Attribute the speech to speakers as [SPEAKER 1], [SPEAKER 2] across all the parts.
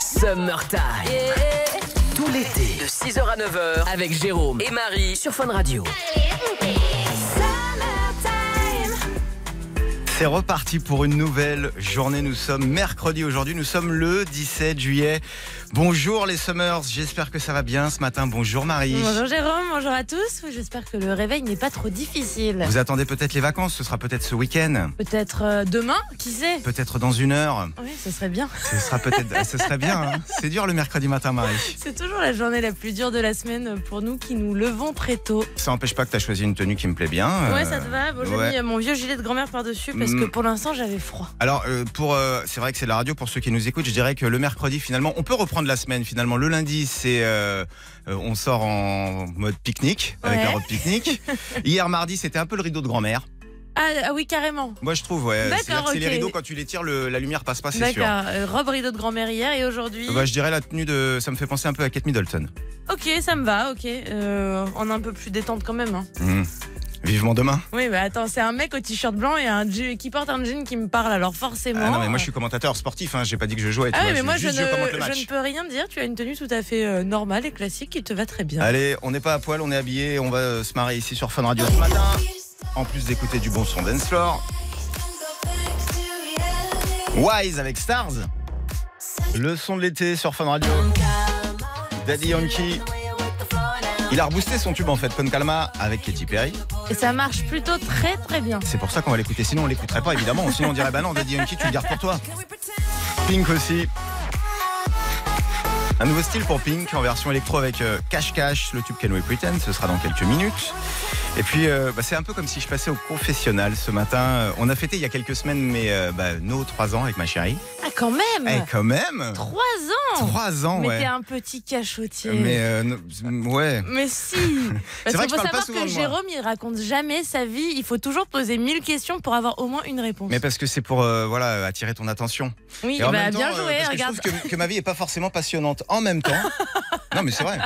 [SPEAKER 1] Summertime. Tout l'été, de 6h à 9h, avec Jérôme et Marie sur Fun Radio.
[SPEAKER 2] C'est reparti pour une nouvelle journée. Nous sommes mercredi aujourd'hui, nous sommes le 17 juillet. Bonjour les Summers, j'espère que ça va bien ce matin. Bonjour Marie.
[SPEAKER 3] Bonjour Jérôme, bonjour à tous. Oui, J'espère que le réveil n'est pas trop difficile.
[SPEAKER 2] Vous attendez peut-être les vacances, ce sera peut-être ce week-end,
[SPEAKER 3] Peut-être euh, demain, qui sait
[SPEAKER 2] peut-être dans une heure.
[SPEAKER 3] Oui, ce serait bien.
[SPEAKER 2] Ce sera peut-être, ce serait bien. hein. C'est dur le mercredi matin, Marie.
[SPEAKER 3] C'est toujours la journée la plus dure de la semaine pour nous qui nous levons très tôt.
[SPEAKER 2] Ça n'empêche pas que tu as choisi une tenue qui me plaît bien.
[SPEAKER 3] Ouais,
[SPEAKER 2] Euh,
[SPEAKER 3] ça te va Bon, j'ai
[SPEAKER 2] ouais.
[SPEAKER 3] mis mon vieux gilet de grand-mère par-dessus parce que
[SPEAKER 2] Mm.
[SPEAKER 3] pour l'instant, j'avais froid.
[SPEAKER 2] Alors, euh, pour, euh, c'est vrai que c'est la radio. Pour ceux qui nous écoutent, je dirais que le mercredi, finalement, on peut reprendre la semaine. Finalement, le lundi, c'est euh, euh, on sort en mode pique-nique avec
[SPEAKER 3] Ouais.
[SPEAKER 2] la robe pique-nique. Hier mardi, c'était un peu le rideau de grand-mère.
[SPEAKER 3] Ah, ah oui, carrément.
[SPEAKER 2] Moi, je trouve, ouais.
[SPEAKER 3] D'accord,
[SPEAKER 2] C'est-à-dire que c'est les
[SPEAKER 3] ok.
[SPEAKER 2] rideaux quand tu les tires, le- la lumière passe pas, c'est sûr.
[SPEAKER 3] D'accord. Euh, Robe rideau de grand-mère hier et aujourd'hui.
[SPEAKER 2] Bah, je dirais la tenue de, ça me fait penser un peu à Kate Middleton.
[SPEAKER 3] Ok, ça me va, ok. Euh, on est un peu plus détente quand même. hein.
[SPEAKER 2] Hmm. Vivement demain.
[SPEAKER 3] Oui, mais attends, c'est un mec au t-shirt blanc et un je- qui porte un jean qui me parle, alors forcément.
[SPEAKER 2] Ah non, mais moi, je suis commentateur sportif. Hein. J'ai pas dit que je jouais. tu
[SPEAKER 3] Ah oui,
[SPEAKER 2] vois,
[SPEAKER 3] mais moi je,
[SPEAKER 2] juste,
[SPEAKER 3] ne,
[SPEAKER 2] commente le match.
[SPEAKER 3] je ne peux rien dire. Tu as une tenue tout à fait euh, normale et classique qui te va très bien.
[SPEAKER 2] Allez, on n'est pas à poil, on est habillé, on va euh, se marrer ici sur Fun Radio ce matin. En plus d'écouter du bon son dance floor. Wise avec Stars. Le son de l'été sur Fun Radio. Daddy Yankee. Il a reboosté son tube en fait, Con Calma, avec Katy Perry.
[SPEAKER 3] Et ça marche plutôt très très bien.
[SPEAKER 2] C'est pour ça qu'on va l'écouter, sinon on l'écouterait pas évidemment. Sinon on dirait bah non, Daddy Yankee, tu le gardes pour toi. Pink aussi. Un nouveau style pour Pink en version électro avec euh, Cash Cash, le tube Can We Pretend, ce sera dans quelques minutes. Et puis euh, bah, c'est un peu comme si je passais au confessionnal ce matin. Euh, On a fêté il y a quelques semaines mais euh, bah, nos 3 ans avec ma chérie.
[SPEAKER 3] Ah, quand même
[SPEAKER 2] Eh quand même
[SPEAKER 3] Trois ans
[SPEAKER 2] 3 ans
[SPEAKER 3] Mais t'es
[SPEAKER 2] ouais.
[SPEAKER 3] un petit cachotier.
[SPEAKER 2] Mais euh, non, ouais.
[SPEAKER 3] Mais si
[SPEAKER 2] vrai
[SPEAKER 3] Parce
[SPEAKER 2] que je
[SPEAKER 3] qu'il faut
[SPEAKER 2] parle pas
[SPEAKER 3] savoir
[SPEAKER 2] souvent
[SPEAKER 3] que
[SPEAKER 2] de moi.
[SPEAKER 3] Jérôme, il raconte jamais sa vie. Il faut toujours poser mille questions pour avoir au moins une réponse.
[SPEAKER 2] Mais parce que c'est pour euh, voilà attirer ton attention.
[SPEAKER 3] oui,
[SPEAKER 2] Et en
[SPEAKER 3] bah,
[SPEAKER 2] même temps,
[SPEAKER 3] bien
[SPEAKER 2] euh,
[SPEAKER 3] joué,
[SPEAKER 2] parce que
[SPEAKER 3] regarde.
[SPEAKER 2] je trouve que, que ma vie est pas forcément passionnante. En même temps, non mais c'est vrai.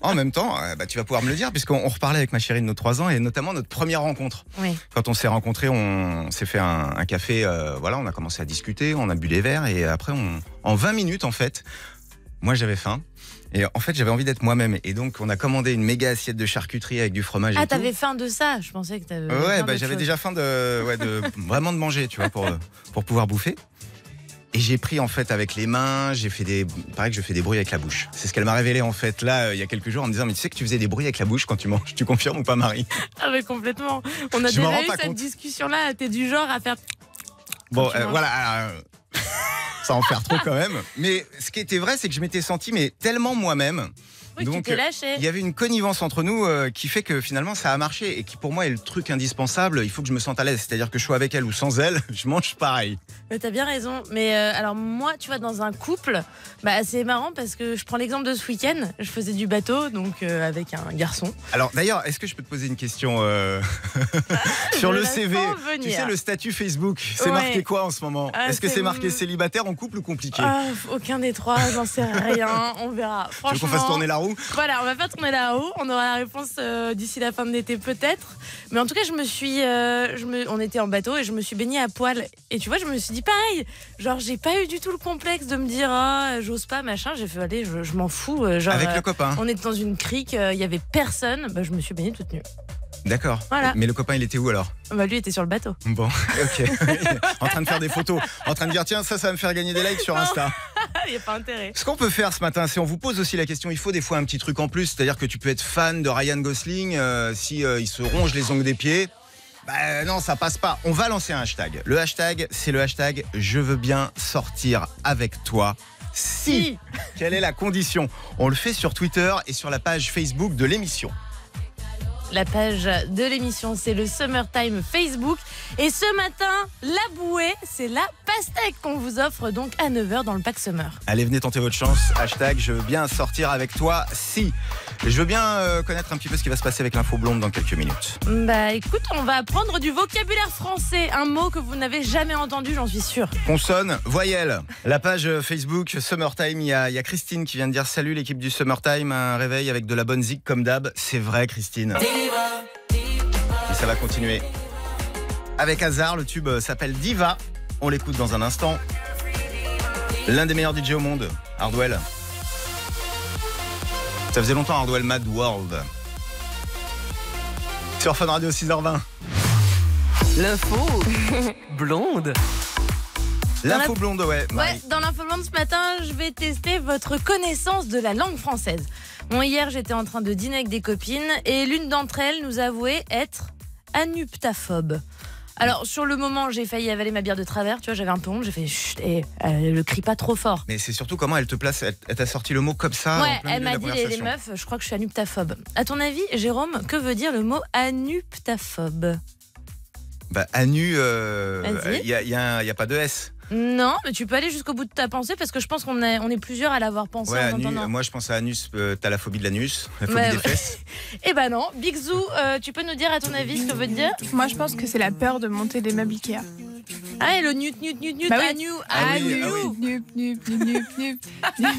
[SPEAKER 2] En même temps, euh, bah, tu vas pouvoir me le dire puisqu'on on reparlait avec ma chérie de nos trois ans et notamment notre première rencontre.
[SPEAKER 3] Oui.
[SPEAKER 2] Quand on s'est rencontrés, on s'est fait un, un café. euh, voilà, on a commencé à discuter, on a bu des verres et après, on, en 20 minutes en fait, moi j'avais faim. Et en fait, j'avais envie d'être moi-même. Et donc, on a commandé une méga assiette de charcuterie avec du fromage. et
[SPEAKER 3] Ah,
[SPEAKER 2] tout.
[SPEAKER 3] t'avais faim de ça Je pensais que t'avais.
[SPEAKER 2] Ouais,
[SPEAKER 3] faim
[SPEAKER 2] bah,
[SPEAKER 3] d'autre
[SPEAKER 2] j'avais
[SPEAKER 3] chose.
[SPEAKER 2] déjà faim de, ouais, de vraiment de manger, tu vois, pour, euh, pour pouvoir bouffer. Et j'ai pris en fait avec les mains, j'ai fait des. Pareil que je fais des bruits avec la bouche. C'est ce qu'elle m'a révélé en fait là, euh, il y a quelques jours, en me disant Mais tu sais que tu faisais des bruits avec la bouche quand tu manges, tu confirmes ou pas, Marie
[SPEAKER 3] Ah, mais complètement. On a
[SPEAKER 2] Je m'en
[SPEAKER 3] déjà
[SPEAKER 2] rends
[SPEAKER 3] eu
[SPEAKER 2] pas
[SPEAKER 3] cette
[SPEAKER 2] compte.
[SPEAKER 3] discussion-là. T'es du genre à faire.
[SPEAKER 2] Bon,
[SPEAKER 3] tu
[SPEAKER 2] euh,
[SPEAKER 3] manges.
[SPEAKER 2] voilà. euh, sans en faire trop quand même. Mais ce qui était vrai, c'est que je m'étais senti mais tellement moi-même.
[SPEAKER 3] Oui, tu
[SPEAKER 2] Donc,
[SPEAKER 3] t'es
[SPEAKER 2] euh,
[SPEAKER 3] lâché.
[SPEAKER 2] Il y avait une connivence entre nous euh, qui fait que finalement ça a marché et qui pour moi est le truc indispensable. Il faut que je me sente à l'aise. C'est-à-dire que je sois avec elle ou sans elle, je mange pareil.
[SPEAKER 3] Mais t'as bien raison. Mais euh, alors moi, tu vois, dans un couple, bah c'est marrant parce que je prends l'exemple de ce week-end. Je faisais du bateau, donc euh, avec un garçon.
[SPEAKER 2] Alors d'ailleurs, est-ce que je peux te poser une question euh, sur
[SPEAKER 3] Je
[SPEAKER 2] le
[SPEAKER 3] la
[SPEAKER 2] CV
[SPEAKER 3] sens
[SPEAKER 2] Tu
[SPEAKER 3] venir.
[SPEAKER 2] sais le statut Facebook, c'est
[SPEAKER 3] Ouais.
[SPEAKER 2] marqué quoi en ce moment
[SPEAKER 3] Ah,
[SPEAKER 2] Est-ce que
[SPEAKER 3] c'est-
[SPEAKER 2] c'est marqué célibataire en couple ou compliqué
[SPEAKER 3] Ah, aucun des trois, j'en sais rien. On verra.
[SPEAKER 2] Tu veux qu'on
[SPEAKER 3] Franchement,
[SPEAKER 2] fasse tourner la roue
[SPEAKER 3] voilà, on va faire tourner là-haut. On aura la réponse euh, d'ici la fin de l'été peut-être. Mais en tout cas, je me suis, euh, je me, on était en bateau et je me suis baignée à poil. Et tu vois, je me suis dit pareil. Genre, j'ai pas eu du tout le complexe de me dire, ah, j'ose pas, machin. J'ai fait, allez, je, je m'en fous. euh, Genre,
[SPEAKER 2] Avec
[SPEAKER 3] euh,
[SPEAKER 2] le copain.
[SPEAKER 3] On était dans une crique, euh, il y avait personne. Bah, je me suis baignée toute nue.
[SPEAKER 2] D'accord.
[SPEAKER 3] Voilà.
[SPEAKER 2] Mais le copain, il était où alors
[SPEAKER 3] Bah, lui était sur le bateau.
[SPEAKER 2] Bon, ok. en train de faire des photos, en train de dire tiens, ça, ça va me faire gagner des likes sur
[SPEAKER 3] Non.
[SPEAKER 2] Insta.
[SPEAKER 3] Ah, Il n'y a pas intérêt.
[SPEAKER 2] Ce qu'on peut faire ce matin, c'est on vous pose aussi la question. Il faut des fois un petit truc en plus, c'est-à-dire que tu peux être fan de Ryan Gosling euh, si euh, il se ronge les ongles des pieds. Bah non, ça passe pas. On va lancer un hashtag. Le hashtag, c'est le hashtag je veux bien sortir avec toi. Si.
[SPEAKER 3] Si
[SPEAKER 2] Quelle est la condition On le fait sur Twitter et sur la page Facebook de l'émission.
[SPEAKER 3] La page de l'émission, c'est le Summertime Facebook. Et ce matin, la bouée, c'est la pastèque qu'on vous offre donc à 9h dans le pack Summer.
[SPEAKER 2] Allez, venez tenter votre chance. Hashtag je veux bien sortir avec toi. Si. Je veux bien euh, connaître un petit peu ce qui va se passer avec l'info blonde dans quelques minutes.
[SPEAKER 3] Bah écoute, on va apprendre du vocabulaire français, un mot que vous n'avez jamais entendu, j'en suis sûre.
[SPEAKER 2] Consonne, voyelle. La page Facebook Summertime, il y, a il y a Christine qui vient de dire salut l'équipe du Summertime, un réveil avec de la bonne zig comme d'hab. C'est vrai Christine. Et ça va continuer. Avec hasard, le tube euh, s'appelle Diva. On l'écoute dans un instant. L'un des meilleurs DJ au monde, Hardwell. Ça faisait longtemps Hardwell Mad World. Sur Fun Radio 6h20.
[SPEAKER 1] L'info blonde.
[SPEAKER 2] L'info blonde, ouais.
[SPEAKER 3] Ouais,
[SPEAKER 2] Marie.
[SPEAKER 3] dans l'info blonde ce matin, je vais tester votre connaissance de la langue française. Bon, hier, j'étais en train de dîner avec des copines et l'une d'entre elles nous avouait être anuptaphobe. Alors, sur le moment, j'ai failli avaler ma bière de travers, tu vois, j'avais un peu honte, j'ai fait chut, et euh, le crie pas trop fort.
[SPEAKER 2] Mais c'est surtout comment elle te place, elle, elle t'a sorti le mot comme ça.
[SPEAKER 3] ouais,
[SPEAKER 2] Ah, en plein
[SPEAKER 3] elle m'a
[SPEAKER 2] milieu
[SPEAKER 3] dit
[SPEAKER 2] de la
[SPEAKER 3] les, les
[SPEAKER 2] conversation.
[SPEAKER 3] meufs, je crois que je suis anuptaphobe. À ton avis, Jérôme, que veut dire le mot anuptaphobe
[SPEAKER 2] Bah, Anu, euh,
[SPEAKER 3] Vas-y.
[SPEAKER 2] il n'y a, il y a un- il y a pas de S.
[SPEAKER 3] Non, mais tu peux aller jusqu'au bout de ta pensée parce que je pense qu'on est, on est plusieurs à l'avoir pensé
[SPEAKER 2] Ouais,
[SPEAKER 3] en
[SPEAKER 2] Anu,
[SPEAKER 3] entendant.
[SPEAKER 2] moi je pense à Anus, euh, t'as la phobie de l'anus, la phobie
[SPEAKER 3] Ouais,
[SPEAKER 2] des
[SPEAKER 3] ouais.
[SPEAKER 2] fesses.
[SPEAKER 3] Eh ben non, Big Zoo, euh, tu peux nous dire à ton avis ce que veut dire
[SPEAKER 4] Moi, je pense que c'est la peur de monter des meubles Ikea.
[SPEAKER 3] Ah, et le nut, nut, nut, nut,
[SPEAKER 4] Bah oui.
[SPEAKER 3] anu,
[SPEAKER 2] Ah oui,
[SPEAKER 3] anu.
[SPEAKER 2] ah oui.
[SPEAKER 4] Nup, nup, nup, nup, nup.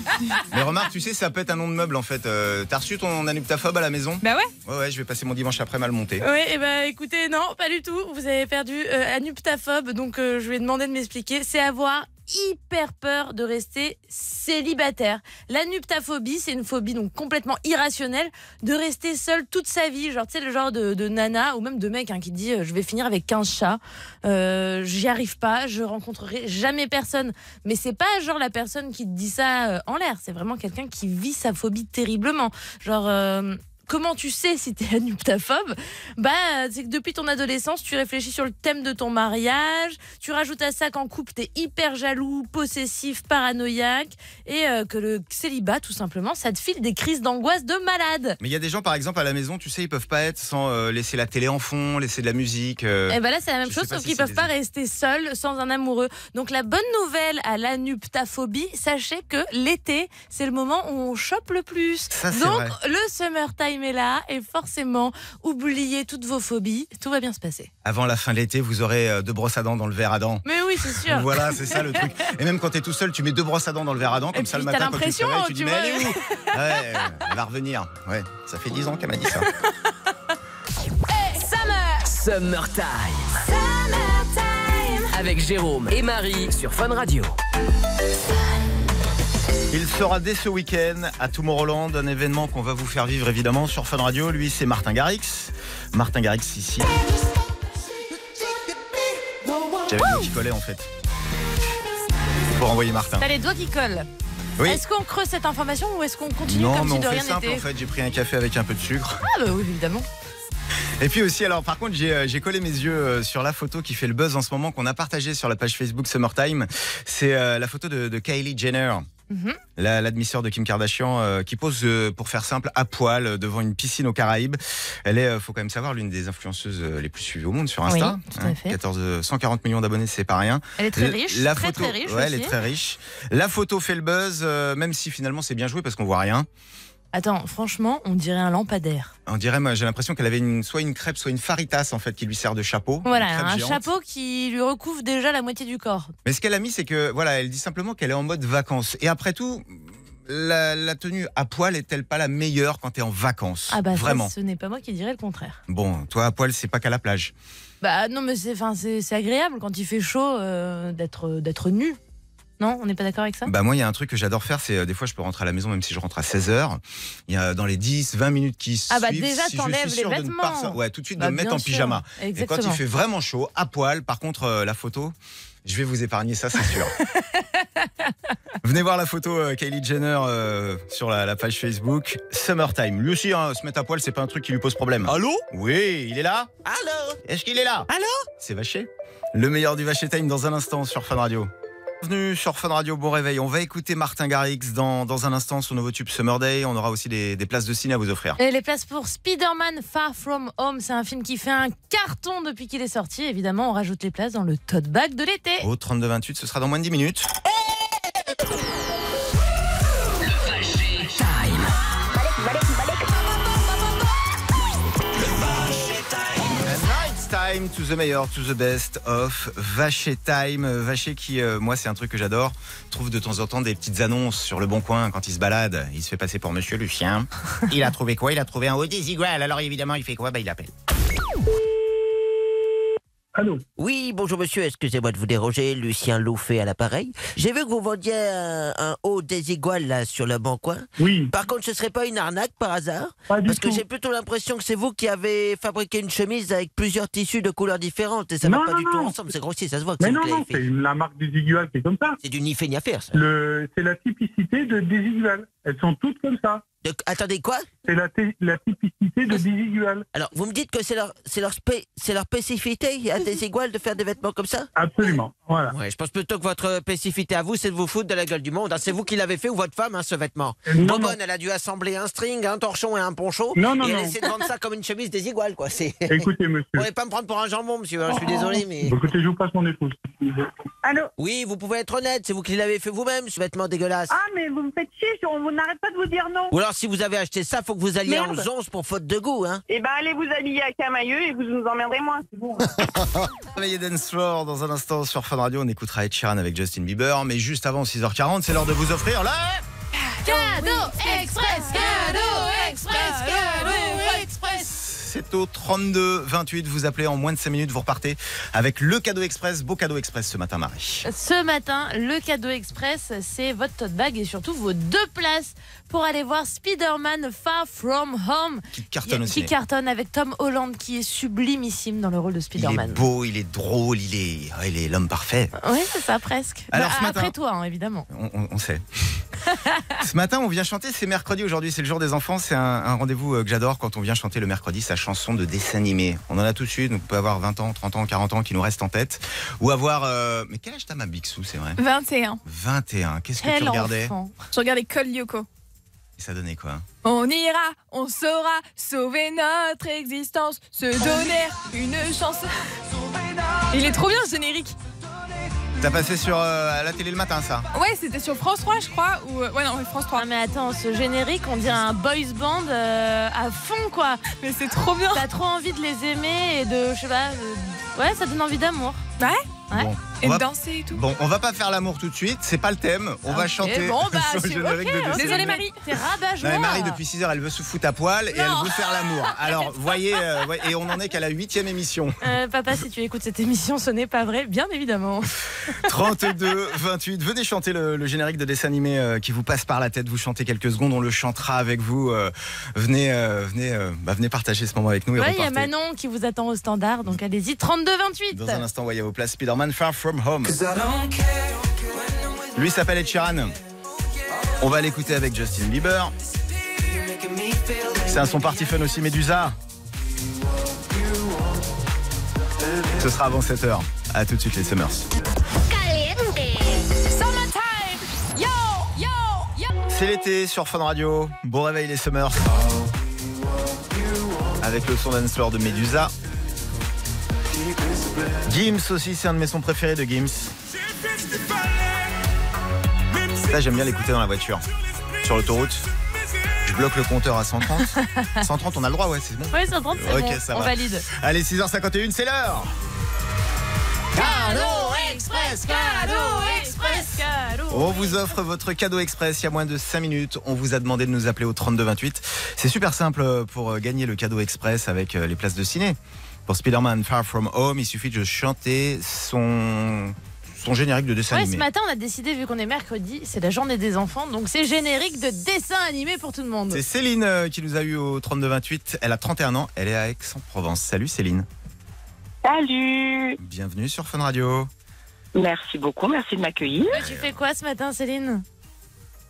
[SPEAKER 2] Mais remarque, tu sais, ça peut être un nom de meuble en fait. Euh, t'as reçu ton anuptaphobe à la maison
[SPEAKER 4] Bah ouais.
[SPEAKER 2] Ouais, ouais, je vais passer mon dimanche après mal monté.
[SPEAKER 3] Oui, eh ben écoutez, non, pas du tout. Vous avez perdu euh, anuptaphobe, donc euh, je lui ai demandé de m'expliquer. C'est avoir hyper peur de rester célibataire. L'anuptaphobie, c'est une phobie donc complètement irrationnelle de rester seule toute sa vie. Genre, tu sais, le genre de, de nana ou même de mec hein, qui dit euh, je vais finir avec 15 chats, euh, j'y arrive pas, je rencontrerai jamais personne. Mais c'est pas genre la personne qui te dit ça euh, en l'air, c'est vraiment quelqu'un qui vit sa phobie terriblement. Genre, euh, comment tu sais si t'es anuptaphobe bah, euh, c'est que depuis ton adolescence, tu réfléchis sur le thème de ton mariage, tu rajoutes à ça qu'en couple, t'es hyper jaloux, possessif, paranoïaque, et euh, que le célibat, tout simplement, ça te file des crises d'angoisse de malade.
[SPEAKER 2] Mais il y a des gens par exemple à la maison, tu sais, ils peuvent pas être sans euh, laisser la télé en fond, laisser de la musique. euh,
[SPEAKER 3] Et ben là, c'est la même
[SPEAKER 2] je
[SPEAKER 3] chose,
[SPEAKER 2] sais pas
[SPEAKER 3] sauf
[SPEAKER 2] si
[SPEAKER 3] qu'ils
[SPEAKER 2] c'est
[SPEAKER 3] peuvent
[SPEAKER 2] des-
[SPEAKER 3] pas rester seuls sans un amoureux. Donc la bonne nouvelle à l'anuptaphobie, sachez que l'été, c'est le moment où on chope le plus.
[SPEAKER 2] Ça, c'est
[SPEAKER 3] Donc
[SPEAKER 2] vrai.
[SPEAKER 3] le summertime est là, et forcément, oubliez toutes vos phobies, tout va bien se passer.
[SPEAKER 2] Avant la fin de l'été, vous aurez euh, deux brosses à dents dans le verre à dents.
[SPEAKER 3] Mais oui, c'est sûr.
[SPEAKER 2] Voilà, c'est ça le truc. Et même quand t'es tout seul, tu mets deux brosses à dents dans le verre à dents, comme
[SPEAKER 3] Et
[SPEAKER 2] ça le
[SPEAKER 3] puis,
[SPEAKER 2] matin
[SPEAKER 3] t'as
[SPEAKER 2] quand tu te
[SPEAKER 3] l'impression,
[SPEAKER 2] réveilles, tu dis
[SPEAKER 3] tu
[SPEAKER 2] mais
[SPEAKER 3] vois.
[SPEAKER 2] elle est où Ouais, elle va revenir. Ouais, ça fait 10 ans qu'elle m'a dit ça.
[SPEAKER 1] Summertime. Avec Jérôme et Marie sur Fun Radio.
[SPEAKER 2] Il sera dès ce week-end à Tomorrowland, un événement qu'on va vous faire vivre évidemment sur Fun Radio. Lui, c'est Martin Garrix. Martin Garrix ici. J'avais le mot qui collait en fait. Pour envoyer Martin.
[SPEAKER 3] T'as les doigts qui collent.
[SPEAKER 2] Oui.
[SPEAKER 3] Est-ce qu'on creuse cette information ou est-ce qu'on continue
[SPEAKER 2] Non,
[SPEAKER 3] comme
[SPEAKER 2] mais
[SPEAKER 3] si
[SPEAKER 2] on
[SPEAKER 3] de
[SPEAKER 2] fait
[SPEAKER 3] rien
[SPEAKER 2] simple en
[SPEAKER 3] n'était
[SPEAKER 2] fait. J'ai pris un café avec un peu de sucre.
[SPEAKER 3] Ah bah oui, évidemment.
[SPEAKER 2] Et puis aussi, alors par contre, j'ai euh, j'ai collé mes yeux euh, sur la photo qui fait le buzz en ce moment, qu'on a partagée sur la page Facebook Summertime. C'est euh, la photo de, de Kylie Jenner.
[SPEAKER 3] Mhm.
[SPEAKER 2] la- L'admisseur de Kim Kardashian euh, qui pose, euh, pour faire simple, à poil euh, devant une piscine aux Caraïbes. Elle est, euh, faut quand même savoir, l'une des influenceuses euh, les plus suivies au monde sur Insta.
[SPEAKER 3] Oui, tout à fait.
[SPEAKER 2] 14, euh, 140 millions d'abonnés, c'est pas rien.
[SPEAKER 3] Elle est très
[SPEAKER 2] Le-
[SPEAKER 3] riche,
[SPEAKER 2] la
[SPEAKER 3] très
[SPEAKER 2] photo,
[SPEAKER 3] très riche
[SPEAKER 2] ouais,
[SPEAKER 3] aussi.
[SPEAKER 2] elle est très riche. La photo fait le buzz, euh, même si finalement c'est bien joué parce qu'on voit rien.
[SPEAKER 3] hein. Attends, franchement, on dirait un lampadaire.
[SPEAKER 2] On dirait, moi, j'ai l'impression qu'elle avait une, soit une crêpe, soit une faritas en fait qui lui sert de chapeau. Une
[SPEAKER 3] Voilà,
[SPEAKER 2] crêpe
[SPEAKER 3] un
[SPEAKER 2] géante.
[SPEAKER 3] chapeau qui lui recouvre déjà la moitié du corps.
[SPEAKER 2] Mais ce qu'elle a mis, c'est que voilà, elle dit simplement qu'elle est en mode vacances. Et après tout, la, la tenue à poil est-elle pas la meilleure quand t'es en vacances
[SPEAKER 3] Ah bah ça,
[SPEAKER 2] Vraiment.
[SPEAKER 3] ce n'est pas moi qui dirais le contraire.
[SPEAKER 2] Bon, toi à poil, c'est pas qu'à la plage.
[SPEAKER 3] Bah non, mais c'est 'fin, c'est- c'est agréable quand il fait chaud euh, d'être d'être nu. Non, on n'est pas d'accord avec ça
[SPEAKER 2] Bah moi, il y a un truc que j'adore faire, c'est euh, des fois je peux rentrer à la maison même si je rentre à 16h. Il y a dans les 10, 20 minutes qui
[SPEAKER 3] Ah bah,
[SPEAKER 2] suivent,
[SPEAKER 3] déjà,
[SPEAKER 2] si je
[SPEAKER 3] t'enlèves
[SPEAKER 2] suis
[SPEAKER 3] les
[SPEAKER 2] sûr de ne
[SPEAKER 3] vêtements.
[SPEAKER 2] pas ressortir- ouais, tout de suite de
[SPEAKER 3] Bah,
[SPEAKER 2] me mettre
[SPEAKER 3] bien
[SPEAKER 2] en
[SPEAKER 3] sûr.
[SPEAKER 2] pyjama. Et quand
[SPEAKER 3] Exactement.
[SPEAKER 2] il fait vraiment chaud, à poil, par contre, euh, la photo, je vais vous épargner ça, c'est sûr. Venez voir la photo euh, Kylie Jenner euh, sur la, la page Facebook. Summertime. Lui aussi, hein, se mettre à poil, c'est pas un truc qui lui pose problème.
[SPEAKER 5] Allô
[SPEAKER 2] Oui, il est là
[SPEAKER 5] Allô
[SPEAKER 2] Est-ce qu'il est là
[SPEAKER 5] Allô
[SPEAKER 2] C'est Vaché. Le meilleur du Vaché Time dans un instant sur Fun Radio. Bienvenue sur Fun Radio, bon réveil. On va écouter Martin Garrix dans, dans un instant son nouveau tube Summer Day. On aura aussi des, des places de ciné à vous offrir.
[SPEAKER 3] Et les places pour Spider-Man Far From Home, c'est un film qui fait un carton depuis qu'il est sorti. Évidemment, on rajoute les places dans le tote bag de l'été.
[SPEAKER 2] Au 32-28, ce sera dans moins de 10 minutes. And it's Time to the meilleur, to the best of Vaché Time. Euh, Vaché qui, euh, moi, c'est un truc que j'adore, trouve de temps en temps des petites annonces sur le bon coin quand il se balade. Il se fait passer pour Monsieur Lucien. Il a Ben, trouvé quoi Il a trouvé un haut des Alors évidemment, il fait quoi Bah, il appelle.
[SPEAKER 5] Allô
[SPEAKER 6] Oui, bonjour monsieur, excusez-moi de vous déranger, Lucien Louffet à l'appareil. J'ai vu que vous vendiez un, un haut désigual là sur le bon coin.
[SPEAKER 5] Oui,
[SPEAKER 6] Par contre, ce serait pas une arnaque par hasard
[SPEAKER 5] pas du
[SPEAKER 6] Parce
[SPEAKER 5] tout.
[SPEAKER 6] que j'ai plutôt l'impression que c'est vous qui avez fabriqué une chemise avec plusieurs tissus de couleurs différentes et ça
[SPEAKER 5] Non,
[SPEAKER 6] va pas
[SPEAKER 5] non,
[SPEAKER 6] du
[SPEAKER 5] non.
[SPEAKER 6] tout ensemble, c'est grossier, ça se voit que
[SPEAKER 5] Mais
[SPEAKER 6] c'est
[SPEAKER 5] non,
[SPEAKER 6] vous qui
[SPEAKER 5] non,
[SPEAKER 6] l'avez
[SPEAKER 5] c'est
[SPEAKER 6] fait.
[SPEAKER 5] la marque Desigual qui est comme ça.
[SPEAKER 6] C'est du ni fait ni à faire ça.
[SPEAKER 5] Le, c'est la typicité de Desigual. Elles sont toutes comme ça.
[SPEAKER 6] De- attendez quoi
[SPEAKER 5] C'est la, té- la typicité de Desigual.
[SPEAKER 6] Alors, vous me dites que c'est leur, c'est leur, spé- c'est leur spécificité à désigual de faire des vêtements comme ça
[SPEAKER 5] Absolument. Voilà.
[SPEAKER 6] Ouais, je pense plutôt que votre spécificité à vous, c'est de vous foutre de la gueule du monde. hein. C'est vous qui l'avez fait ou votre femme, hein, ce vêtement.
[SPEAKER 5] Non, non.
[SPEAKER 6] Bobonne, elle a dû assembler un string, un torchon et un poncho.
[SPEAKER 5] Non, non,
[SPEAKER 6] et elle
[SPEAKER 5] non.
[SPEAKER 6] essaie de vendre ça comme une chemise désiguale, quoi. C'est...
[SPEAKER 5] Écoutez, monsieur.
[SPEAKER 6] Vous pas me prendre pour un jambon, monsieur. hein, Je suis désolé, mais.
[SPEAKER 5] Écoutez, je vous passe mon épouse.
[SPEAKER 7] Allô
[SPEAKER 6] Oui, vous pouvez être honnête, c'est vous qui l'avez fait vous-même, ce vêtement dégueulasse.
[SPEAKER 7] Ah, mais vous me faites chier, je- on vous n'arrête pas de vous dire non.
[SPEAKER 6] Ou alors, si vous avez acheté ça, faut que vous alliez
[SPEAKER 7] Merde.
[SPEAKER 6] en 11 pour faute de goût, hein.
[SPEAKER 7] Eh ben, allez vous habiller à Camailleux et vous nous emmerderez moins. C'est bon.
[SPEAKER 2] Travailler Dance Floor dans un instant sur Fun Radio. On écoutera Ed Sheeran avec Justin Bieber. Mais juste avant 6h40, c'est l'heure de vous offrir la.
[SPEAKER 8] Cadeau express, cadeau express, cadeau express.
[SPEAKER 2] C'est au 32 28. Vous appelez en moins de 5 minutes. Vous repartez avec le cadeau express. Beau cadeau express ce matin, Marie.
[SPEAKER 3] Ce matin, le cadeau express, c'est votre tote bag et surtout vos deux places pour aller voir Spider-Man Far From Home
[SPEAKER 2] Qui cartonne
[SPEAKER 3] qui
[SPEAKER 2] aussi.
[SPEAKER 3] cartonne avec Tom Holland qui est sublimissime dans le rôle de
[SPEAKER 2] Il est
[SPEAKER 3] Spider-Man.
[SPEAKER 2] beau, il est drôle, il est ah, il est l'homme parfait.
[SPEAKER 3] Oui, c'est ça, presque.
[SPEAKER 2] Alors, ce matin-
[SPEAKER 3] après toi, hein, évidemment.
[SPEAKER 2] On, on- on sait. ce matin, on vient chanter. C'est mercredi aujourd'hui. C'est le jour des enfants. C'est un, un rendez-vous euh, que j'adore quand on vient chanter le mercredi sa chanson de dessin animé. On en a tous eu. Donc, on peut avoir 20 ans, 30 ans, 40 ans qui nous restent en tête. Ou avoir. euh, Mais quel âge t'as, ma Bixou, c'est vrai
[SPEAKER 4] 21.
[SPEAKER 2] 21. Qu'est-ce que tu
[SPEAKER 3] Quel
[SPEAKER 2] regardais
[SPEAKER 3] enfant.
[SPEAKER 4] Je regarde Cole Lyoko.
[SPEAKER 2] Et Ça donnait quoi
[SPEAKER 4] On ira, on saura sauver notre existence, se donner une chance. Il est trop bien ce générique.
[SPEAKER 2] T'as passé sur euh, à la télé le matin, ça
[SPEAKER 4] Ouais, c'était sur France 3, je crois. Ou... euh, Ouais, non, ouais, France 3.
[SPEAKER 3] Ah, mais attends, ce générique, on dirait un boys band euh, à fond, quoi.
[SPEAKER 4] Mais c'est trop bien.
[SPEAKER 3] T'as trop envie de les aimer et de, je sais pas, euh, ouais, ça donne envie d'amour. Ouais.
[SPEAKER 2] Bon,
[SPEAKER 4] Et
[SPEAKER 2] on va,
[SPEAKER 4] de danser et tout.
[SPEAKER 2] bon, on va pas faire l'amour tout de suite, c'est pas le thème. On va
[SPEAKER 4] Ok,
[SPEAKER 2] chanter
[SPEAKER 4] bon, bah,
[SPEAKER 2] sur le
[SPEAKER 4] c'est-
[SPEAKER 2] générique
[SPEAKER 4] ok,
[SPEAKER 2] de dessin
[SPEAKER 4] Désolée,
[SPEAKER 2] animé.
[SPEAKER 4] Marie.
[SPEAKER 3] T'es rabat
[SPEAKER 2] Non, mais Marie, depuis 6 heures, elle veut se foutre à poil et elle veut faire l'amour. Alors, voyez, euh, ouais, et on en est qu'à la huitième émission.
[SPEAKER 3] Euh, papa, si tu écoutes cette émission, ce n'est pas vrai, bien évidemment.
[SPEAKER 2] 32, 28, venez chanter le, le générique de dessin animé euh, qui vous passe par la tête. Vous chantez quelques secondes, on le chantera avec vous. euh, venez, euh, venez, euh, bah, venez partager ce moment avec nous et
[SPEAKER 3] Ouais, il y a
[SPEAKER 2] repartez.
[SPEAKER 3] Manon qui vous attend au standard, donc allez-y, 32-28.
[SPEAKER 2] Dans un instant, voyez vos places Spider-Man Far From Home. Lui s'appelle Ed Sheeran. On va l'écouter avec Justin Bieber. C'est un son party fun aussi, Medusa. Ce sera avant 7h. A tout de suite, les Summers. C'est l'été sur Fun Radio. Bon réveil, les Summers. Avec le son dance floor de Medusa. Gims aussi, c'est un de mes sons préférés de Gims. Ça, j'aime bien l'écouter dans la voiture. Sur l'autoroute, je bloque le compteur à 130. 130, on a le droit, ouais, c'est bon.
[SPEAKER 3] Oui, 130, c'est
[SPEAKER 2] Ok,
[SPEAKER 3] bon,
[SPEAKER 2] ça
[SPEAKER 3] on
[SPEAKER 2] va.
[SPEAKER 3] valide.
[SPEAKER 2] Allez, 6h51, c'est l'heure
[SPEAKER 8] Express, cadeau express.
[SPEAKER 2] On vous offre votre cadeau express il y a moins de 5 minutes. On vous a demandé de nous appeler au 3228. C'est super simple euh, pour gagner le cadeau express avec euh, les places de ciné. Pour Spider-Man Far From Home, il suffit de chanter son, son générique de dessin
[SPEAKER 3] Ouais, ce
[SPEAKER 2] animé.
[SPEAKER 3] matin, on a décidé, vu qu'on est mercredi, c'est la journée des enfants, donc c'est générique de dessin animé pour tout le monde.
[SPEAKER 2] C'est Céline euh, qui nous a eu au 3228. Elle a 31 ans, elle est à Aix-en-Provence. Salut Céline.
[SPEAKER 7] Salut
[SPEAKER 2] Bienvenue sur Fun Radio.
[SPEAKER 7] Merci beaucoup, merci de m'accueillir.
[SPEAKER 3] Ouais, tu fais quoi ce matin, Céline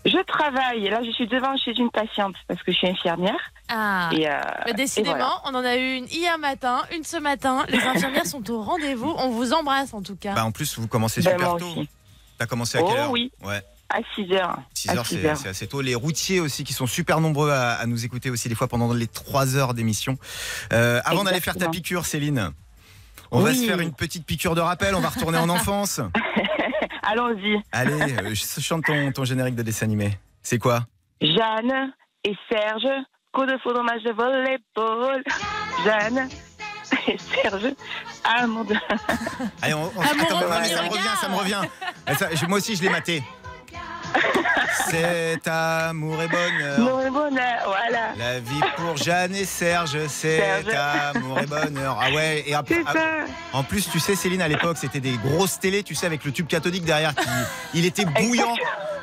[SPEAKER 7] Je travaille, et là je suis devant chez une patiente parce que je suis infirmière.
[SPEAKER 3] Ah.
[SPEAKER 7] Et, euh,
[SPEAKER 3] Bah, décidément,
[SPEAKER 7] et voilà.
[SPEAKER 3] on en a eu une hier matin, une ce matin. Les infirmières sont au rendez-vous. On vous embrasse en tout cas.
[SPEAKER 2] Bah, en plus, vous commencez
[SPEAKER 7] Ben,
[SPEAKER 2] super
[SPEAKER 7] Ah. moi
[SPEAKER 2] tôt.
[SPEAKER 7] aussi.
[SPEAKER 2] T'as commencé à quelle
[SPEAKER 7] Oh,
[SPEAKER 2] heure
[SPEAKER 7] oui.
[SPEAKER 2] Ouais,
[SPEAKER 7] À 6 heures.
[SPEAKER 2] 6
[SPEAKER 7] À
[SPEAKER 2] heures,
[SPEAKER 7] six
[SPEAKER 2] c'est
[SPEAKER 7] heures.
[SPEAKER 2] c'est assez tôt. Les routiers aussi qui sont super nombreux à, à nous écouter aussi des fois pendant les 3 heures d'émission. Euh, avant d'aller faire ta
[SPEAKER 7] Exactement.
[SPEAKER 2] piqûre, Céline, on va
[SPEAKER 7] Oui.
[SPEAKER 2] se faire une petite piqûre de rappel. On va retourner en enfance.
[SPEAKER 7] Allons-y.
[SPEAKER 2] Allez, euh, je chante ton, ton générique de dessin animé. C'est quoi
[SPEAKER 7] Jeanne et Serge, coup de foudre, dommage de volleyball. Jeanne et Serge, ah mon dieu.
[SPEAKER 2] Allez, on, on-
[SPEAKER 3] Amour au
[SPEAKER 2] attends,
[SPEAKER 3] premier
[SPEAKER 2] ça me revient,
[SPEAKER 3] regard.
[SPEAKER 2] ça me revient. Ah, ça, je- moi aussi, je l'ai maté. Cet amour et bonheur.
[SPEAKER 7] Mon bonheur, voilà.
[SPEAKER 2] La vie pour Jeanne et Serge, c'est
[SPEAKER 7] Serge.
[SPEAKER 2] amour et bonheur. Ah ouais, et après,
[SPEAKER 7] C'est ça.
[SPEAKER 2] en plus, tu sais, Céline, à l'époque, c'était des grosses télés, tu sais, avec le tube cathodique derrière qui. Il était bouillant.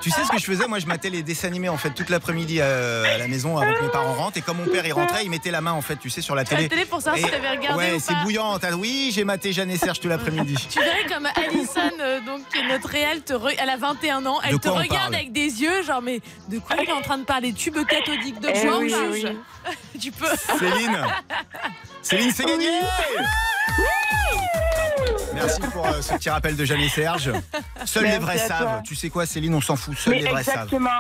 [SPEAKER 2] Tu sais ce que je faisais Moi, je matais les dessins animés, en fait, toute l'après-midi euh, à la maison avant que mes parents rentrent. Et quand mon père, il rentrait, il mettait la main, en fait, tu sais, sur la
[SPEAKER 3] Sur la
[SPEAKER 2] télé.
[SPEAKER 3] télé pour savoir si
[SPEAKER 2] Et-
[SPEAKER 3] t'avais regardé
[SPEAKER 2] Eh, ouais,
[SPEAKER 3] ou
[SPEAKER 2] c'est
[SPEAKER 3] pas.
[SPEAKER 2] bouillant. T'as- Oui, j'ai maté Jeanne et Serge tout l'après-midi.
[SPEAKER 3] Tu verrais comme Alison, euh, donc, qui est notre réelle, te re- elle a 21 ans, elle
[SPEAKER 2] De
[SPEAKER 3] te
[SPEAKER 2] quoi on
[SPEAKER 3] regarde
[SPEAKER 2] parle
[SPEAKER 3] avec des yeux, genre, mais de quoi il est en train de parler Tube cathodique de
[SPEAKER 7] Eh
[SPEAKER 3] quoi on
[SPEAKER 7] oui,
[SPEAKER 3] parle
[SPEAKER 7] oui.
[SPEAKER 3] Tu peux.
[SPEAKER 2] Céline Céline, c'est gagné Merci pour euh, ce petit rappel de Jeanne et Serge. Seuls les
[SPEAKER 7] Merci
[SPEAKER 2] vrais
[SPEAKER 7] à
[SPEAKER 2] savent.
[SPEAKER 7] toi.
[SPEAKER 2] Tu sais quoi, Céline, on s'en fout. Seuls
[SPEAKER 7] Mais
[SPEAKER 2] les vrais savent.
[SPEAKER 7] exactement.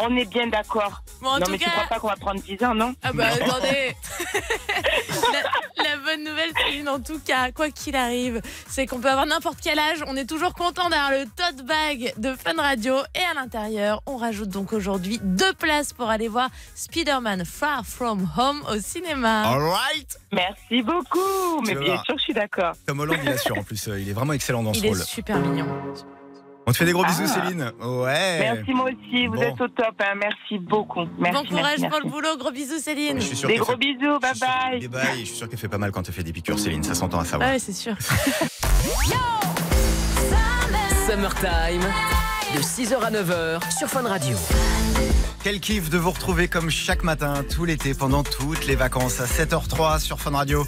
[SPEAKER 7] On est bien d'accord.
[SPEAKER 3] Bon, en
[SPEAKER 7] non,
[SPEAKER 3] tout
[SPEAKER 7] mais tu
[SPEAKER 3] cas.
[SPEAKER 7] crois pas qu'on va prendre 10 ans, non
[SPEAKER 3] Ah bah attendez la, la bonne nouvelle, Céline, en tout cas, quoi qu'il arrive, c'est qu'on peut avoir n'importe quel âge. On est toujours content d'avoir le tote bag de Fun Radio. Et à l'intérieur, on rajoute donc aujourd'hui deux places pour aller voir Spider-Man Far From Home au cinéma.
[SPEAKER 2] All right
[SPEAKER 7] Merci beaucoup. Mais
[SPEAKER 2] vas
[SPEAKER 7] bien
[SPEAKER 2] voir.
[SPEAKER 7] sûr, je suis d'accord.
[SPEAKER 2] Tom Holland, il assure en plus. euh, Il est vraiment excellent dans ce
[SPEAKER 3] Il est
[SPEAKER 2] rôle.
[SPEAKER 3] super mignon.
[SPEAKER 2] On te fait des gros bisous,
[SPEAKER 7] Ah.
[SPEAKER 2] Céline. Ouais.
[SPEAKER 7] Merci, moi aussi. Vous
[SPEAKER 2] Eh, Bon.
[SPEAKER 7] êtes au top. hein. Merci beaucoup.
[SPEAKER 3] bon
[SPEAKER 7] Merci.
[SPEAKER 3] courage
[SPEAKER 7] merci,
[SPEAKER 3] pour le
[SPEAKER 7] merci.
[SPEAKER 3] boulot. Gros bisous, Céline.
[SPEAKER 2] Je suis sûr
[SPEAKER 7] Des
[SPEAKER 2] qu'elle
[SPEAKER 7] gros
[SPEAKER 2] fait-
[SPEAKER 7] bisous.
[SPEAKER 2] je
[SPEAKER 7] Bye
[SPEAKER 2] suis sûr-
[SPEAKER 7] bye.
[SPEAKER 2] des bails. Je suis sûr qu'elle fait pas mal quand elle fait des piqûres, Céline. Ça s'entend à savoir.
[SPEAKER 3] Ah ouais, c'est sûr.
[SPEAKER 1] Summertime, de 6h à 9h sur Fun Radio.
[SPEAKER 2] Quel kiff de vous retrouver comme chaque matin, tout l'été, pendant toutes les vacances, à 7h03 sur Fun Radio.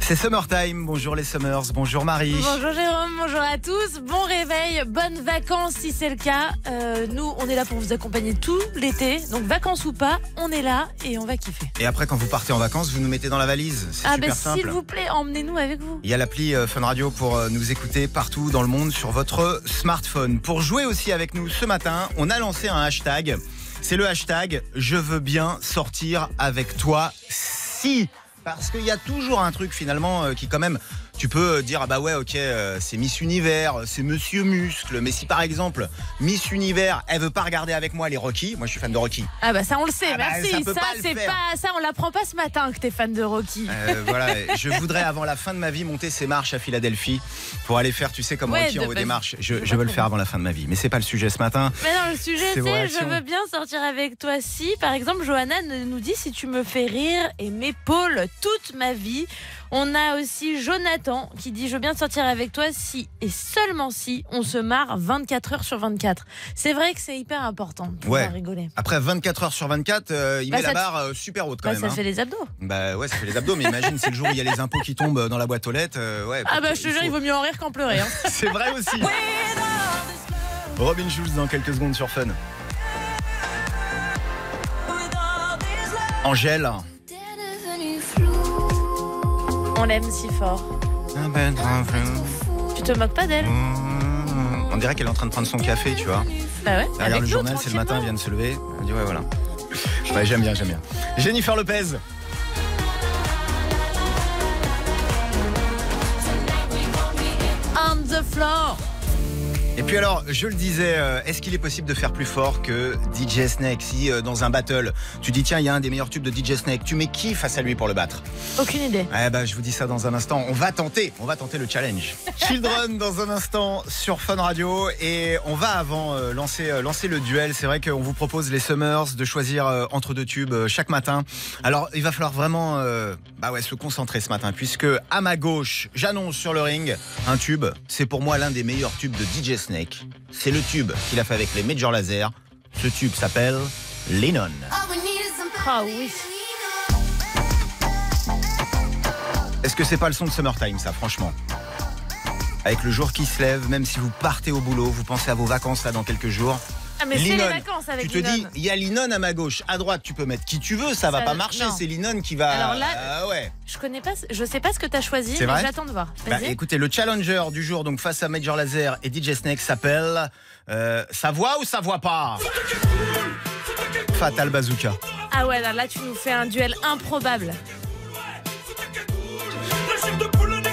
[SPEAKER 2] C'est Summertime. Bonjour les Summers. Bonjour Marie.
[SPEAKER 3] Bonjour Jérôme, bonjour à tous, bon réveil, bonnes vacances si c'est le cas. Euh, nous, on est là pour vous accompagner tout l'été, donc vacances ou pas, on est là et on va kiffer.
[SPEAKER 2] Et après, quand vous partez en vacances, vous nous mettez dans la valise. C'est
[SPEAKER 3] Ah
[SPEAKER 2] super
[SPEAKER 3] ben
[SPEAKER 2] simple.
[SPEAKER 3] s'il vous plaît, emmenez-nous avec vous.
[SPEAKER 2] Il y a l'appli euh, Fun Radio pour euh, nous écouter partout dans le monde sur votre smartphone. Pour jouer aussi avec nous ce matin, on a lancé un hashtag. C'est le hashtag Je veux bien sortir avec toi si. Parce qu'il y a toujours un truc finalement euh, qui quand même, tu peux euh, dire ah bah ouais ok euh, c'est Miss Univers, c'est Monsieur Muscle, mais si par exemple Miss Univers elle veut pas regarder avec moi les Rocky, moi je suis fan de Rocky,
[SPEAKER 3] Ah bah ça on le sait,
[SPEAKER 2] Ah bah,
[SPEAKER 3] merci.
[SPEAKER 2] ça peut
[SPEAKER 3] ça
[SPEAKER 2] pas le
[SPEAKER 3] c'est
[SPEAKER 2] faire.
[SPEAKER 3] pas ça, on l'apprend pas ce matin que t'es fan de Rocky.
[SPEAKER 2] Euh, voilà, je voudrais avant la fin de ma vie monter ces marches à Philadelphie pour aller faire, tu sais, comme
[SPEAKER 3] Ouais,
[SPEAKER 2] Rocky en
[SPEAKER 3] de
[SPEAKER 2] haut
[SPEAKER 3] base.
[SPEAKER 2] des marches. Je,
[SPEAKER 3] Je
[SPEAKER 2] je veux le
[SPEAKER 3] vois.
[SPEAKER 2] faire avant la fin de ma vie, mais c'est pas le sujet ce matin.
[SPEAKER 3] Mais non, le sujet
[SPEAKER 2] C'est vos
[SPEAKER 3] c'est je
[SPEAKER 2] réactions.
[SPEAKER 3] veux bien sortir avec toi si, par exemple, Johanna ne- nous dit si tu me fais rire et m'épaule toute ma vie. On a aussi Jonathan qui dit je veux bien sortir avec toi si et seulement si on se marre 24 heures sur 24. C'est vrai que c'est hyper important pour
[SPEAKER 2] Ouais.
[SPEAKER 3] rigoler.
[SPEAKER 2] Après 24 heures sur 24, euh, il
[SPEAKER 3] Bah,
[SPEAKER 2] met
[SPEAKER 3] ça
[SPEAKER 2] la
[SPEAKER 3] te-
[SPEAKER 2] barre euh, super haute quand
[SPEAKER 3] Bah,
[SPEAKER 2] même.
[SPEAKER 3] ça
[SPEAKER 2] hein.
[SPEAKER 3] fait les abdos.
[SPEAKER 2] Bah ouais, ça fait les abdos, mais imagine, c'est le jour où il y a les impôts qui tombent dans la boîte aux lettres. euh, ouais,
[SPEAKER 3] Ah bah je te jure, il vaut mieux en rire qu'en pleurer. hein.
[SPEAKER 2] C'est vrai aussi. Robin Schulz dans quelques secondes sur Fun. Angèle.
[SPEAKER 3] On l'aime si fort.
[SPEAKER 2] Ah ben,
[SPEAKER 3] Tu te moques pas d'elle
[SPEAKER 2] On dirait qu'elle est en train de prendre son café, tu vois.
[SPEAKER 3] Bah ouais. avec
[SPEAKER 2] Elle regarde le
[SPEAKER 3] nous,
[SPEAKER 2] journal, c'est le matin, elle vient de se lever. Elle dit ouais, voilà. Ouais, j'aime bien, j'aime bien. Jennifer Lopez.
[SPEAKER 3] On the floor.
[SPEAKER 2] Et puis alors, je le disais, euh, est-ce qu'il est possible de faire plus fort que DJ Snake Si euh, dans un battle, tu dis tiens, il y a un des meilleurs tubes de DJ Snake, tu mets qui face à lui pour le battre
[SPEAKER 3] Aucune idée.
[SPEAKER 2] Eh ben, je vous dis ça dans un instant. On va tenter, on va tenter le challenge. Children dans un instant sur Fun Radio et on va avant euh, lancer euh, lancer le duel. C'est vrai qu'on vous propose les Summers de choisir euh, entre deux tubes euh, chaque matin. Alors, il va falloir vraiment euh, bah ouais, se concentrer ce matin puisque à ma gauche, j'annonce sur le ring un tube. C'est pour moi l'un des meilleurs tubes de DJ Snake. C'est le tube qu'il a fait avec les Major Laser. Ce tube s'appelle Lennon.
[SPEAKER 3] Ah oui.
[SPEAKER 2] Est-ce que c'est pas le son de Summertime, ça, franchement Avec le jour qui se lève, même si vous partez au boulot, vous pensez à vos vacances là dans quelques jours.
[SPEAKER 3] Ah mais c'est les
[SPEAKER 2] Linon.
[SPEAKER 3] vacances avec
[SPEAKER 2] tu te
[SPEAKER 3] Linon.
[SPEAKER 2] dis, il y a Linon à ma gauche, à droite, tu peux mettre qui tu veux, ça, va
[SPEAKER 3] Ça
[SPEAKER 2] pas
[SPEAKER 3] va-
[SPEAKER 2] marcher,
[SPEAKER 3] non.
[SPEAKER 2] c'est Linon qui va.
[SPEAKER 3] Alors là-
[SPEAKER 2] Ah ouais.
[SPEAKER 3] Je connais pas, je sais pas ce que t'as choisi,
[SPEAKER 2] C'est
[SPEAKER 3] mais
[SPEAKER 2] vrai
[SPEAKER 3] j'attends de voir.
[SPEAKER 2] Bah,
[SPEAKER 3] Vas-y.
[SPEAKER 2] écoutez, le challenger du jour, donc face à Major Laser et DJ Snake, s'appelle euh, Ça voit ou ça voit pas Fatal Bazooka.
[SPEAKER 3] ah ouais, là, là, tu nous fais un duel improbable.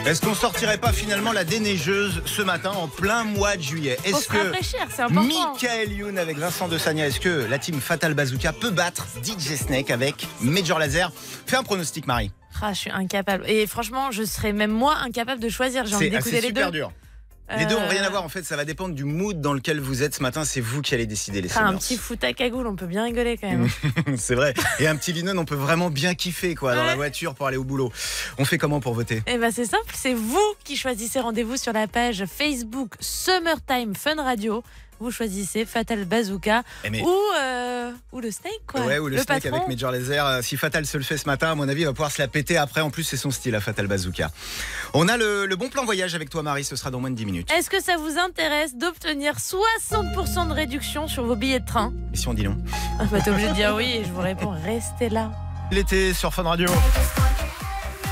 [SPEAKER 2] Est-ce qu'on sortirait pas finalement la déneigeuse ce matin en plein mois de juillet
[SPEAKER 3] Pour
[SPEAKER 2] Est-ce
[SPEAKER 3] se
[SPEAKER 2] que.
[SPEAKER 3] rafraîchir, c'est important.
[SPEAKER 2] Michael Youn avec Vincent Desagna. Est-ce que la team Fatal Bazooka peut battre DJ Snake avec Major Laser Fais un pronostic, Marie.
[SPEAKER 3] Ah, je suis incapable. Et franchement, je serais même moi incapable de choisir. J'ai envie
[SPEAKER 2] C'est ah,
[SPEAKER 3] d'écouter
[SPEAKER 2] c'est
[SPEAKER 3] les
[SPEAKER 2] super
[SPEAKER 3] deux.
[SPEAKER 2] dur. Les deux
[SPEAKER 3] Euh,
[SPEAKER 2] ont rien à voir en fait, ça va dépendre du mood dans lequel vous êtes ce matin, c'est vous qui allez décider les
[SPEAKER 3] Enfin, ah, un
[SPEAKER 2] seniors.
[SPEAKER 3] petit foot à cagoule, on peut bien rigoler quand même.
[SPEAKER 2] C'est vrai. Et un petit linen, on peut vraiment bien kiffer quoi dans la
[SPEAKER 3] Ouais.
[SPEAKER 2] voiture pour aller au boulot. On fait comment pour voter
[SPEAKER 3] Eh ben c'est simple, c'est vous qui choisissez rendez-vous sur la page Facebook Summertime Fun Radio. Vous choisissez Fatal Bazooka
[SPEAKER 2] Eh, mais-
[SPEAKER 3] ou, euh, ou le Snake quoi.
[SPEAKER 2] Ouais, ou le, steak
[SPEAKER 3] patron.
[SPEAKER 2] avec Major Laser. Euh, Si Fatal se le fait ce matin, à mon avis, il va pouvoir se la péter après. En plus, c'est son style à Fatal Bazooka. On a le, le bon plan voyage avec toi, Marie. Ce sera dans moins de 10 minutes.
[SPEAKER 3] Est-ce que ça vous intéresse d'obtenir 60% de réduction sur vos billets de train
[SPEAKER 2] Et si on dit non
[SPEAKER 3] Ah bah t'es obligé de dire oui et je vous réponds restez là.
[SPEAKER 2] L'été sur Fun Radio.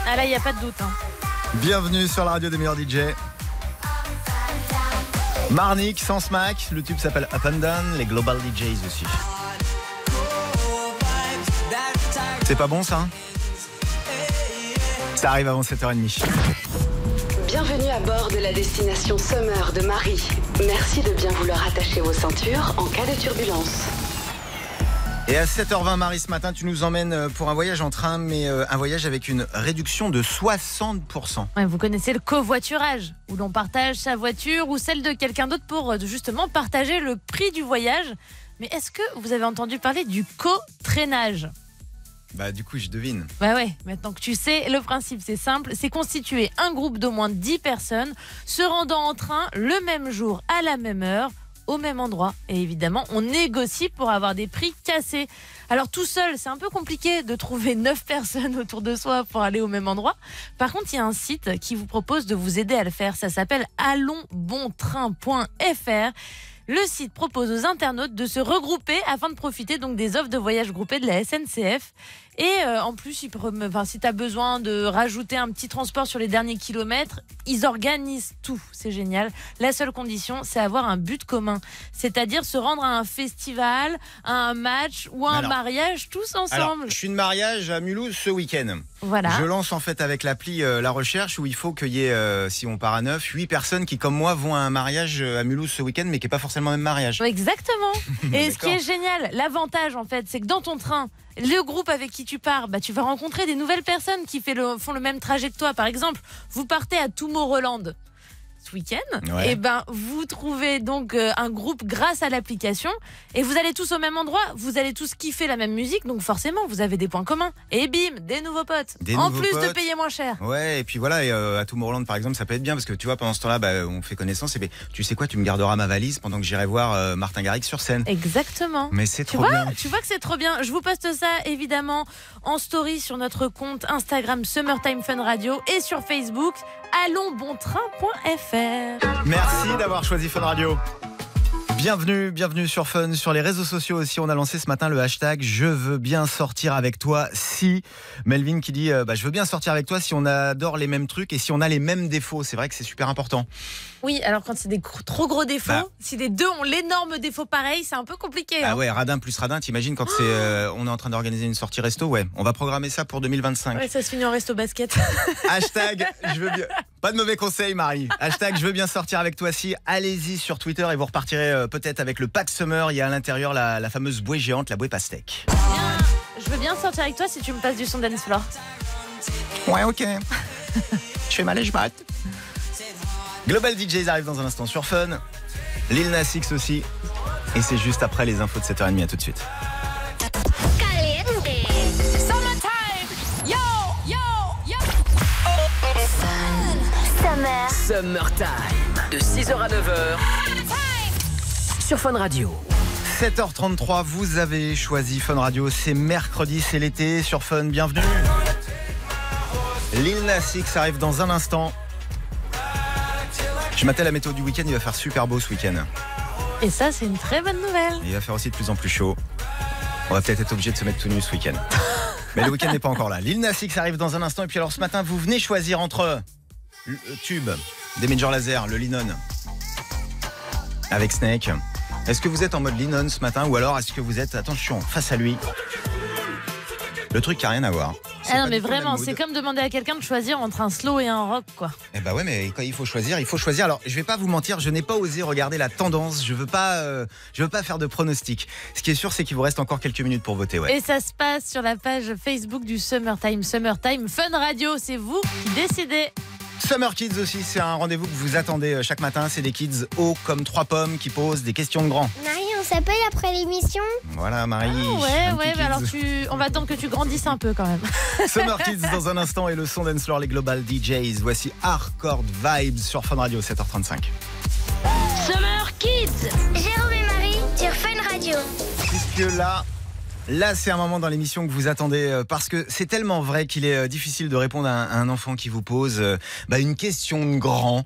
[SPEAKER 3] Ah là, il n'y a pas de doute. hein.
[SPEAKER 2] Bienvenue sur la radio des meilleurs DJ. Marnik, sans smack. Le tube s'appelle Up and Down. Les Global DJs aussi. C'est pas bon ça hein Ça arrive avant 7h30.
[SPEAKER 9] Bienvenue à bord de la destination Summer de Marie. Merci de bien vouloir attacher vos ceintures en cas de turbulence.
[SPEAKER 2] Et à 7h20, Marie, ce matin, tu nous emmènes euh, pour un voyage en train, mais euh, un voyage avec une réduction de 60%.
[SPEAKER 3] Ouais, vous connaissez le covoiturage, où l'on partage sa voiture ou celle de quelqu'un d'autre pour euh, justement partager le prix du voyage. Mais est-ce que vous avez entendu parler du co-traînage
[SPEAKER 2] Bah, du coup, je devine.
[SPEAKER 3] Bah ouais, maintenant que tu sais, le principe c'est simple, c'est constituer un groupe d'au moins 10 personnes se rendant en train le même jour à la même heure au même endroit. Et évidemment, on négocie pour avoir des prix cassés. Alors tout seul, c'est un peu compliqué de trouver 9 personnes autour de soi pour aller au même endroit. Par contre, il y a un site qui vous propose de vous aider à le faire. Ça s'appelle allonsbontrain.fr. Le site propose aux internautes de se regrouper afin de profiter donc des offres de voyage groupés de la SNCF. Et euh, en plus, ils prom- enfin, si tu as besoin de rajouter un petit transport sur les derniers kilomètres, ils organisent tout. C'est génial. La seule condition, c'est avoir un but commun. C'est-à-dire se rendre à un festival, à un match ou à un
[SPEAKER 2] Alors-
[SPEAKER 3] mariage tous
[SPEAKER 2] Alors,
[SPEAKER 3] ensemble.
[SPEAKER 2] je suis de mariage à Mulhouse ce week-end.
[SPEAKER 3] Voilà.
[SPEAKER 2] Je lance en fait avec l'appli euh, la recherche où il faut qu'il y ait, euh, si on part à 9, 8 personnes qui, comme moi, vont à un mariage euh, à Mulhouse ce week-end, mais qui n'est pas forcément le même mariage.
[SPEAKER 3] Ouais, Exactement. Et ce qui
[SPEAKER 2] Ah, D'accord.
[SPEAKER 3] est génial, l'avantage en fait, c'est que dans ton train, le groupe avec qui tu pars, bah, tu vas rencontrer des nouvelles personnes qui fait le- font le même trajet que toi. Par exemple, vous partez à Tomorrowland ce week-end,
[SPEAKER 8] Ouais.
[SPEAKER 3] et ben vous trouvez donc euh, un groupe grâce à l'application, et vous allez tous au même endroit, vous allez tous kiffer la même musique, donc forcément vous avez des points communs. Et bim, des nouveaux potes.
[SPEAKER 2] Des
[SPEAKER 3] en
[SPEAKER 2] nouveaux
[SPEAKER 3] plus de
[SPEAKER 2] potes.
[SPEAKER 3] payer moins cher.
[SPEAKER 2] Ouais, et puis voilà, et, euh, à Tomorrowland par exemple, ça peut être bien parce que tu vois, pendant ce temps-là, bah, on fait connaissance et puis, tu sais quoi, tu me garderas ma valise pendant que j'irai voir euh, Martin Garrix sur scène.
[SPEAKER 3] Exactement.
[SPEAKER 2] Mais c'est
[SPEAKER 3] tu
[SPEAKER 2] trop
[SPEAKER 3] vois,
[SPEAKER 2] bien.
[SPEAKER 3] tu vois que c'est trop bien. Je vous poste ça évidemment en story sur notre compte Instagram Summertime Fun Radio et sur Facebook allonsbontrain.fr.
[SPEAKER 2] Merci d'avoir choisi Fun Radio. Bienvenue, bienvenue sur Fun, sur les réseaux sociaux aussi. On a lancé ce matin le hashtag Je veux bien sortir avec toi si. Melvin qui dit euh, bah, Je veux bien sortir avec toi si on adore les mêmes trucs et si on a les mêmes défauts. C'est vrai que c'est super important.
[SPEAKER 3] Oui, alors quand c'est des gros- trop gros défauts,
[SPEAKER 2] Bah.
[SPEAKER 3] si les deux ont l'énorme défaut pareil, c'est un peu compliqué. hein.
[SPEAKER 2] Ah ouais, radin plus radin, t'imagines quand c'est, euh, on est en train d'organiser une sortie resto Ouais, on va programmer ça pour 2025.
[SPEAKER 3] Ouais, ça se finit en resto basket.
[SPEAKER 2] Hashtag je veux bien. Pas de mauvais conseils, Marie. Hashtag je veux bien sortir avec toi si. Allez-y sur Twitter et vous repartirez euh, peut-être avec le pack summer. Il y a à l'intérieur la, la fameuse bouée géante, la bouée pastèque.
[SPEAKER 3] Je veux bien sortir avec toi si tu me passes du son dance floor.
[SPEAKER 2] Ouais, ok. je fais mal et je m'arrête. Global DJs arrive dans un instant sur Fun. Lil Nas X aussi. Et c'est juste après les infos de 7h30. À tout de suite.
[SPEAKER 8] Caliente. Summertime. Yo, yo, yo.
[SPEAKER 1] Summer. Summertime. De 6h à 9h. Sur Fun Radio.
[SPEAKER 2] 7h33, vous avez choisi Fun Radio. C'est mercredi, c'est l'été sur Fun. Bienvenue. Lil Nas X arrive dans un instant. Je m'attelle à la météo du week-end. Il va faire super beau ce week-end.
[SPEAKER 3] Et ça, c'est une très bonne nouvelle.
[SPEAKER 2] Il va faire aussi de plus en plus chaud. On va peut-être être obligé de se mettre tout nu ce week-end. Mais le week-end n'est pas encore là. Lil Nas X arrive dans un instant. Et puis alors ce matin, vous venez choisir entre le tube des Major Laser, le Linon, avec Snake. Est-ce que vous êtes en mode Linon ce matin ou alors est-ce que vous êtes, attention, face à lui Le truc qui a rien à voir.
[SPEAKER 3] Ah non, mais vraiment, c'est comme demander à quelqu'un de choisir entre un slow et un rock, quoi.
[SPEAKER 2] Eh bah ouais, mais quand il faut choisir, il faut choisir. Alors, je vais pas vous mentir, je n'ai pas osé regarder la tendance. Je veux pas, euh, je veux pas faire de pronostic. Ce qui est sûr, c'est qu'il vous reste encore quelques minutes pour voter. Ouais.
[SPEAKER 3] Et ça se passe sur la page Facebook du Summertime. Summertime Fun Radio, c'est vous qui décidez.
[SPEAKER 2] Summer Kids aussi, c'est un rendez-vous que vous attendez euh, chaque matin. C'est des kids hauts comme trois pommes qui posent des questions de grands.
[SPEAKER 10] Marie, on s'appelle après l'émission Ah,
[SPEAKER 2] Voilà, Marie.
[SPEAKER 3] Ouais,
[SPEAKER 2] un
[SPEAKER 3] ouais,
[SPEAKER 2] petit
[SPEAKER 10] bah
[SPEAKER 2] kids.
[SPEAKER 3] mais alors tu... on va attendre que tu grandisses un peu quand même.
[SPEAKER 2] Summer Kids dans un instant et le son Dance Floor, les Global DJs. Voici Hardcore Vibes sur Fun Radio, 7h35.
[SPEAKER 10] Summer Kids Jérôme et Marie sur Fun Radio.
[SPEAKER 2] Puisque là, là c'est un moment dans l'émission que vous attendez euh, parce que c'est tellement vrai qu'il est euh, difficile de répondre à un, à un enfant qui vous pose euh, bah, une question de grand.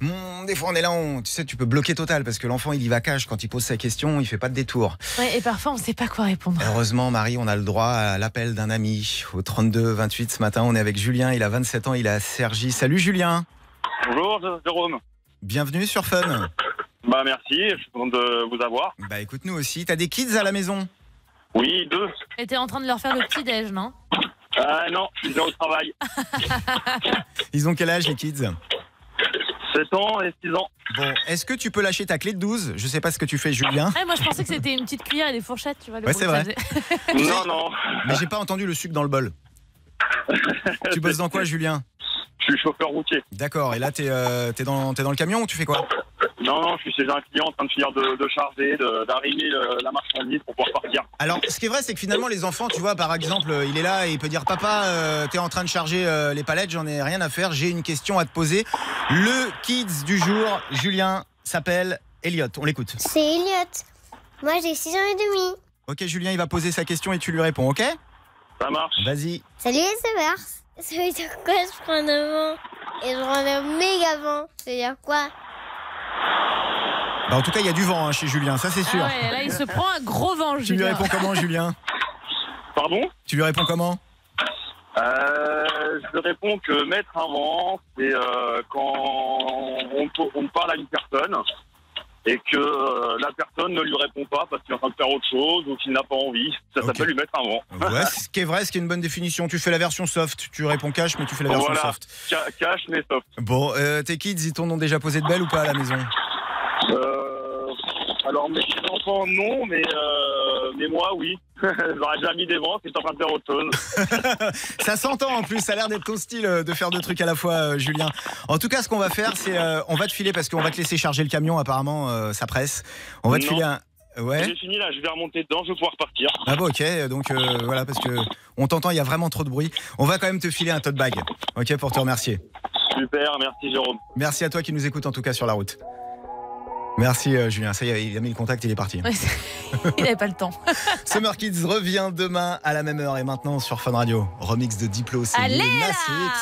[SPEAKER 2] Hmm, des fois on est là, on, tu sais, tu peux bloquer total parce que l'enfant il y va cache quand il pose sa question, il fait pas de détour.
[SPEAKER 3] Ouais, et parfois on sait pas quoi répondre.
[SPEAKER 2] Heureusement, Marie, on a le droit à l'appel d'un ami au 32 28 ce matin. On est avec Julien, il a 27 ans, il est à Sergi. Salut Julien,
[SPEAKER 11] Bonjour, Jérôme.
[SPEAKER 2] bienvenue sur Fun.
[SPEAKER 11] Bah, merci, je suis content de vous avoir.
[SPEAKER 2] Bah écoute nous aussi, t'as des kids à la maison
[SPEAKER 11] Oui, deux.
[SPEAKER 3] Et t'es en train de leur faire le petit déj, non
[SPEAKER 11] Ah non, ils sont au travail.
[SPEAKER 2] Ils ont quel âge les kids
[SPEAKER 11] 7 ans et 6 ans.
[SPEAKER 2] Bon, est-ce que tu peux lâcher ta clé de 12 Je sais pas ce que tu fais Julien.
[SPEAKER 3] Ouais, Moi je pensais que c'était une petite cuillère et des fourchettes, tu vois. Le
[SPEAKER 2] Ouais,
[SPEAKER 3] bruit que
[SPEAKER 2] c'est
[SPEAKER 3] ça
[SPEAKER 2] vrai.
[SPEAKER 3] faisait.
[SPEAKER 11] Non, non.
[SPEAKER 2] Mais j'ai pas entendu le sucre dans le bol. tu bosses dans quoi, Julien
[SPEAKER 11] Je suis chauffeur routier.
[SPEAKER 2] D'accord, et là, t'es euh, t'es dans, t'es dans le camion ou tu fais quoi
[SPEAKER 11] Non, non, je suis chez un client en train de finir de, de charger, de- d'arrimer euh, la marchandise pour pouvoir partir.
[SPEAKER 2] Alors, ce qui est vrai, c'est que finalement, les enfants, tu vois, par exemple, euh, il est là et il peut dire Papa, euh, t'es en train de charger euh, les palettes, j'en ai rien à faire, j'ai une question à te poser. Le kids du jour, Julien, s'appelle Elliot. On l'écoute.
[SPEAKER 10] C'est Elliot. Moi j'ai 6 ans et demi.
[SPEAKER 2] Ok, Julien, il va poser sa question et tu lui réponds, ok
[SPEAKER 11] Ça marche.
[SPEAKER 2] Vas-y.
[SPEAKER 10] Salut les Summers Ça veut dire quoi je prends un avant Et je prends un méga vent Ça veut dire quoi
[SPEAKER 2] Bah, en tout cas, il y a du vent hein, chez Julien, ça c'est sûr.
[SPEAKER 3] Ah ouais, là il se prend un gros vent,
[SPEAKER 2] tu lui
[SPEAKER 10] Ah
[SPEAKER 3] Julien.
[SPEAKER 2] réponds comment, Julien
[SPEAKER 11] Pardon
[SPEAKER 2] Tu lui réponds comment
[SPEAKER 11] Euh, Je réponds que mettre un vent, c'est euh, quand on, on parle à une personne et que euh, la personne ne lui répond pas parce qu'il est en train de faire autre chose ou qu'il n'a pas envie. Ça
[SPEAKER 2] Ok.
[SPEAKER 11] s'appelle lui mettre un vent.
[SPEAKER 2] Ouais, c'est ce qui est vrai, ce qui est une bonne définition. Tu fais la version soft, tu réponds cash, mais tu fais la version
[SPEAKER 11] Voilà.
[SPEAKER 2] soft.
[SPEAKER 11] Ca- Cash, mais soft.
[SPEAKER 2] Bon, euh, tes kids, ils t'en ont déjà posé de belles ou pas à la maison
[SPEAKER 11] Euh, alors mes enfants non, mais euh, mais moi oui. J'aurais déjà mis des vents, c'est en train de faire autre chose.
[SPEAKER 2] Ça s'entend en plus, ça a l'air d'être ton style euh, de faire deux trucs à la fois, euh, Julien. En tout cas, ce qu'on va faire, c'est euh, on va te filer parce qu'on va te laisser charger le camion, apparemment, euh, ça presse. On va te
[SPEAKER 11] Non.
[SPEAKER 2] filer un. Ouais.
[SPEAKER 11] J'ai fini là, je vais remonter dedans, je vais pouvoir partir.
[SPEAKER 2] Ah bon, ok, donc euh, voilà, parce que on t'entend, il y a vraiment trop de bruit. On va quand même te filer un tote bag, ok, pour te remercier.
[SPEAKER 11] Super, merci Jérôme.
[SPEAKER 2] Merci à toi qui nous écoute en tout cas sur la route. Merci euh, Julien, ça y est, il a mis le contact, il est parti.
[SPEAKER 3] Ouais, c'est- il n'avait pas le temps.
[SPEAKER 2] Summer Kids revient demain à la même heure et maintenant sur Fun Radio. Remix de Diplo, c'est
[SPEAKER 3] Allez
[SPEAKER 2] Lil Nas
[SPEAKER 3] là
[SPEAKER 2] X.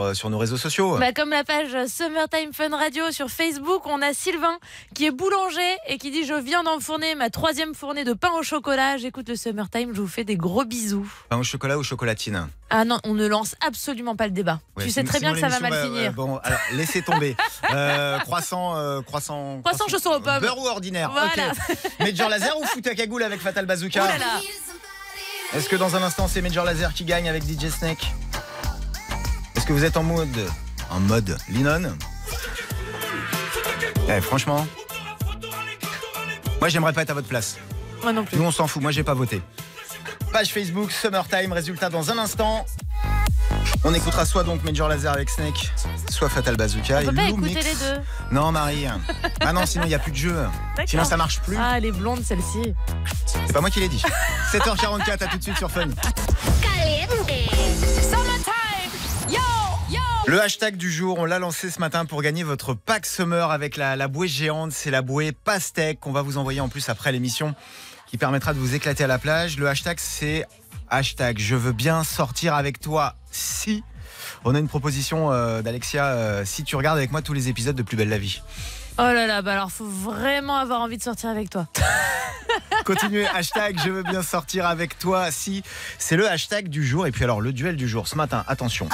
[SPEAKER 2] Euh, sur nos réseaux sociaux.
[SPEAKER 3] Bah, comme la page Summertime Fun Radio sur Facebook, on a Sylvain qui est boulanger et qui dit Je viens d'enfourner ma troisième fournée de pain au chocolat. J'écoute le Summertime, je vous fais des gros bisous.
[SPEAKER 2] Pain au chocolat ou chocolatine
[SPEAKER 3] Ah non, on ne lance absolument pas le débat.
[SPEAKER 2] Ouais,
[SPEAKER 3] tu sais
[SPEAKER 2] sinon-
[SPEAKER 3] très bien que
[SPEAKER 2] sinon
[SPEAKER 3] ça va mal
[SPEAKER 2] l'émission bah, euh,
[SPEAKER 3] finir.
[SPEAKER 2] bon, alors laissez tomber. Euh, croissant, euh, croissant,
[SPEAKER 3] Croissant, chaussons aux pommes.
[SPEAKER 2] Beurre ou ordinaire
[SPEAKER 3] Voilà.
[SPEAKER 2] Ok. Major Laser ou fout à cagoule avec Fatal Bazooka
[SPEAKER 3] Oh là là.
[SPEAKER 2] Est-ce que dans un instant c'est Major Laser qui gagne avec DJ Snake Est-ce que vous êtes en mode En mode Linon Eh, Franchement Moi j'aimerais pas être à votre place.
[SPEAKER 3] Moi non plus.
[SPEAKER 2] Nous on s'en fout, moi j'ai pas voté. Page Facebook, Summertime, résultat dans un instant. On écoutera soit donc Major Laser avec Snake, soit Fatal Bazooka.
[SPEAKER 3] On
[SPEAKER 2] et
[SPEAKER 3] peut pas
[SPEAKER 2] Lou
[SPEAKER 3] écouter
[SPEAKER 2] Mix.
[SPEAKER 3] les deux.
[SPEAKER 2] Non Marie. Ah non, sinon il n'y a plus de jeu. Sinon ça marche plus.
[SPEAKER 3] Ah, elle est blonde celle-ci.
[SPEAKER 2] C'est pas moi qui l'ai dit. 7h44, à tout de suite sur Fun.
[SPEAKER 8] Summertime. Yo, yo.
[SPEAKER 2] Le hashtag du jour, on l'a lancé ce matin pour gagner votre pack summer avec la, la bouée géante. C'est la bouée pastèque qu'on va vous envoyer en plus après l'émission qui permettra de vous éclater à la plage. Le hashtag, c'est hashtag je veux bien sortir avec toi si. On a une proposition euh, d'Alexia. euh, si tu regardes avec moi tous les épisodes de Plus Belle la Vie.
[SPEAKER 3] Oh là là, bah alors faut vraiment avoir envie de sortir avec toi.
[SPEAKER 2] Continuez, hashtag je veux bien sortir avec toi si. C'est le hashtag du jour. Et puis alors, le duel du jour ce matin, attention.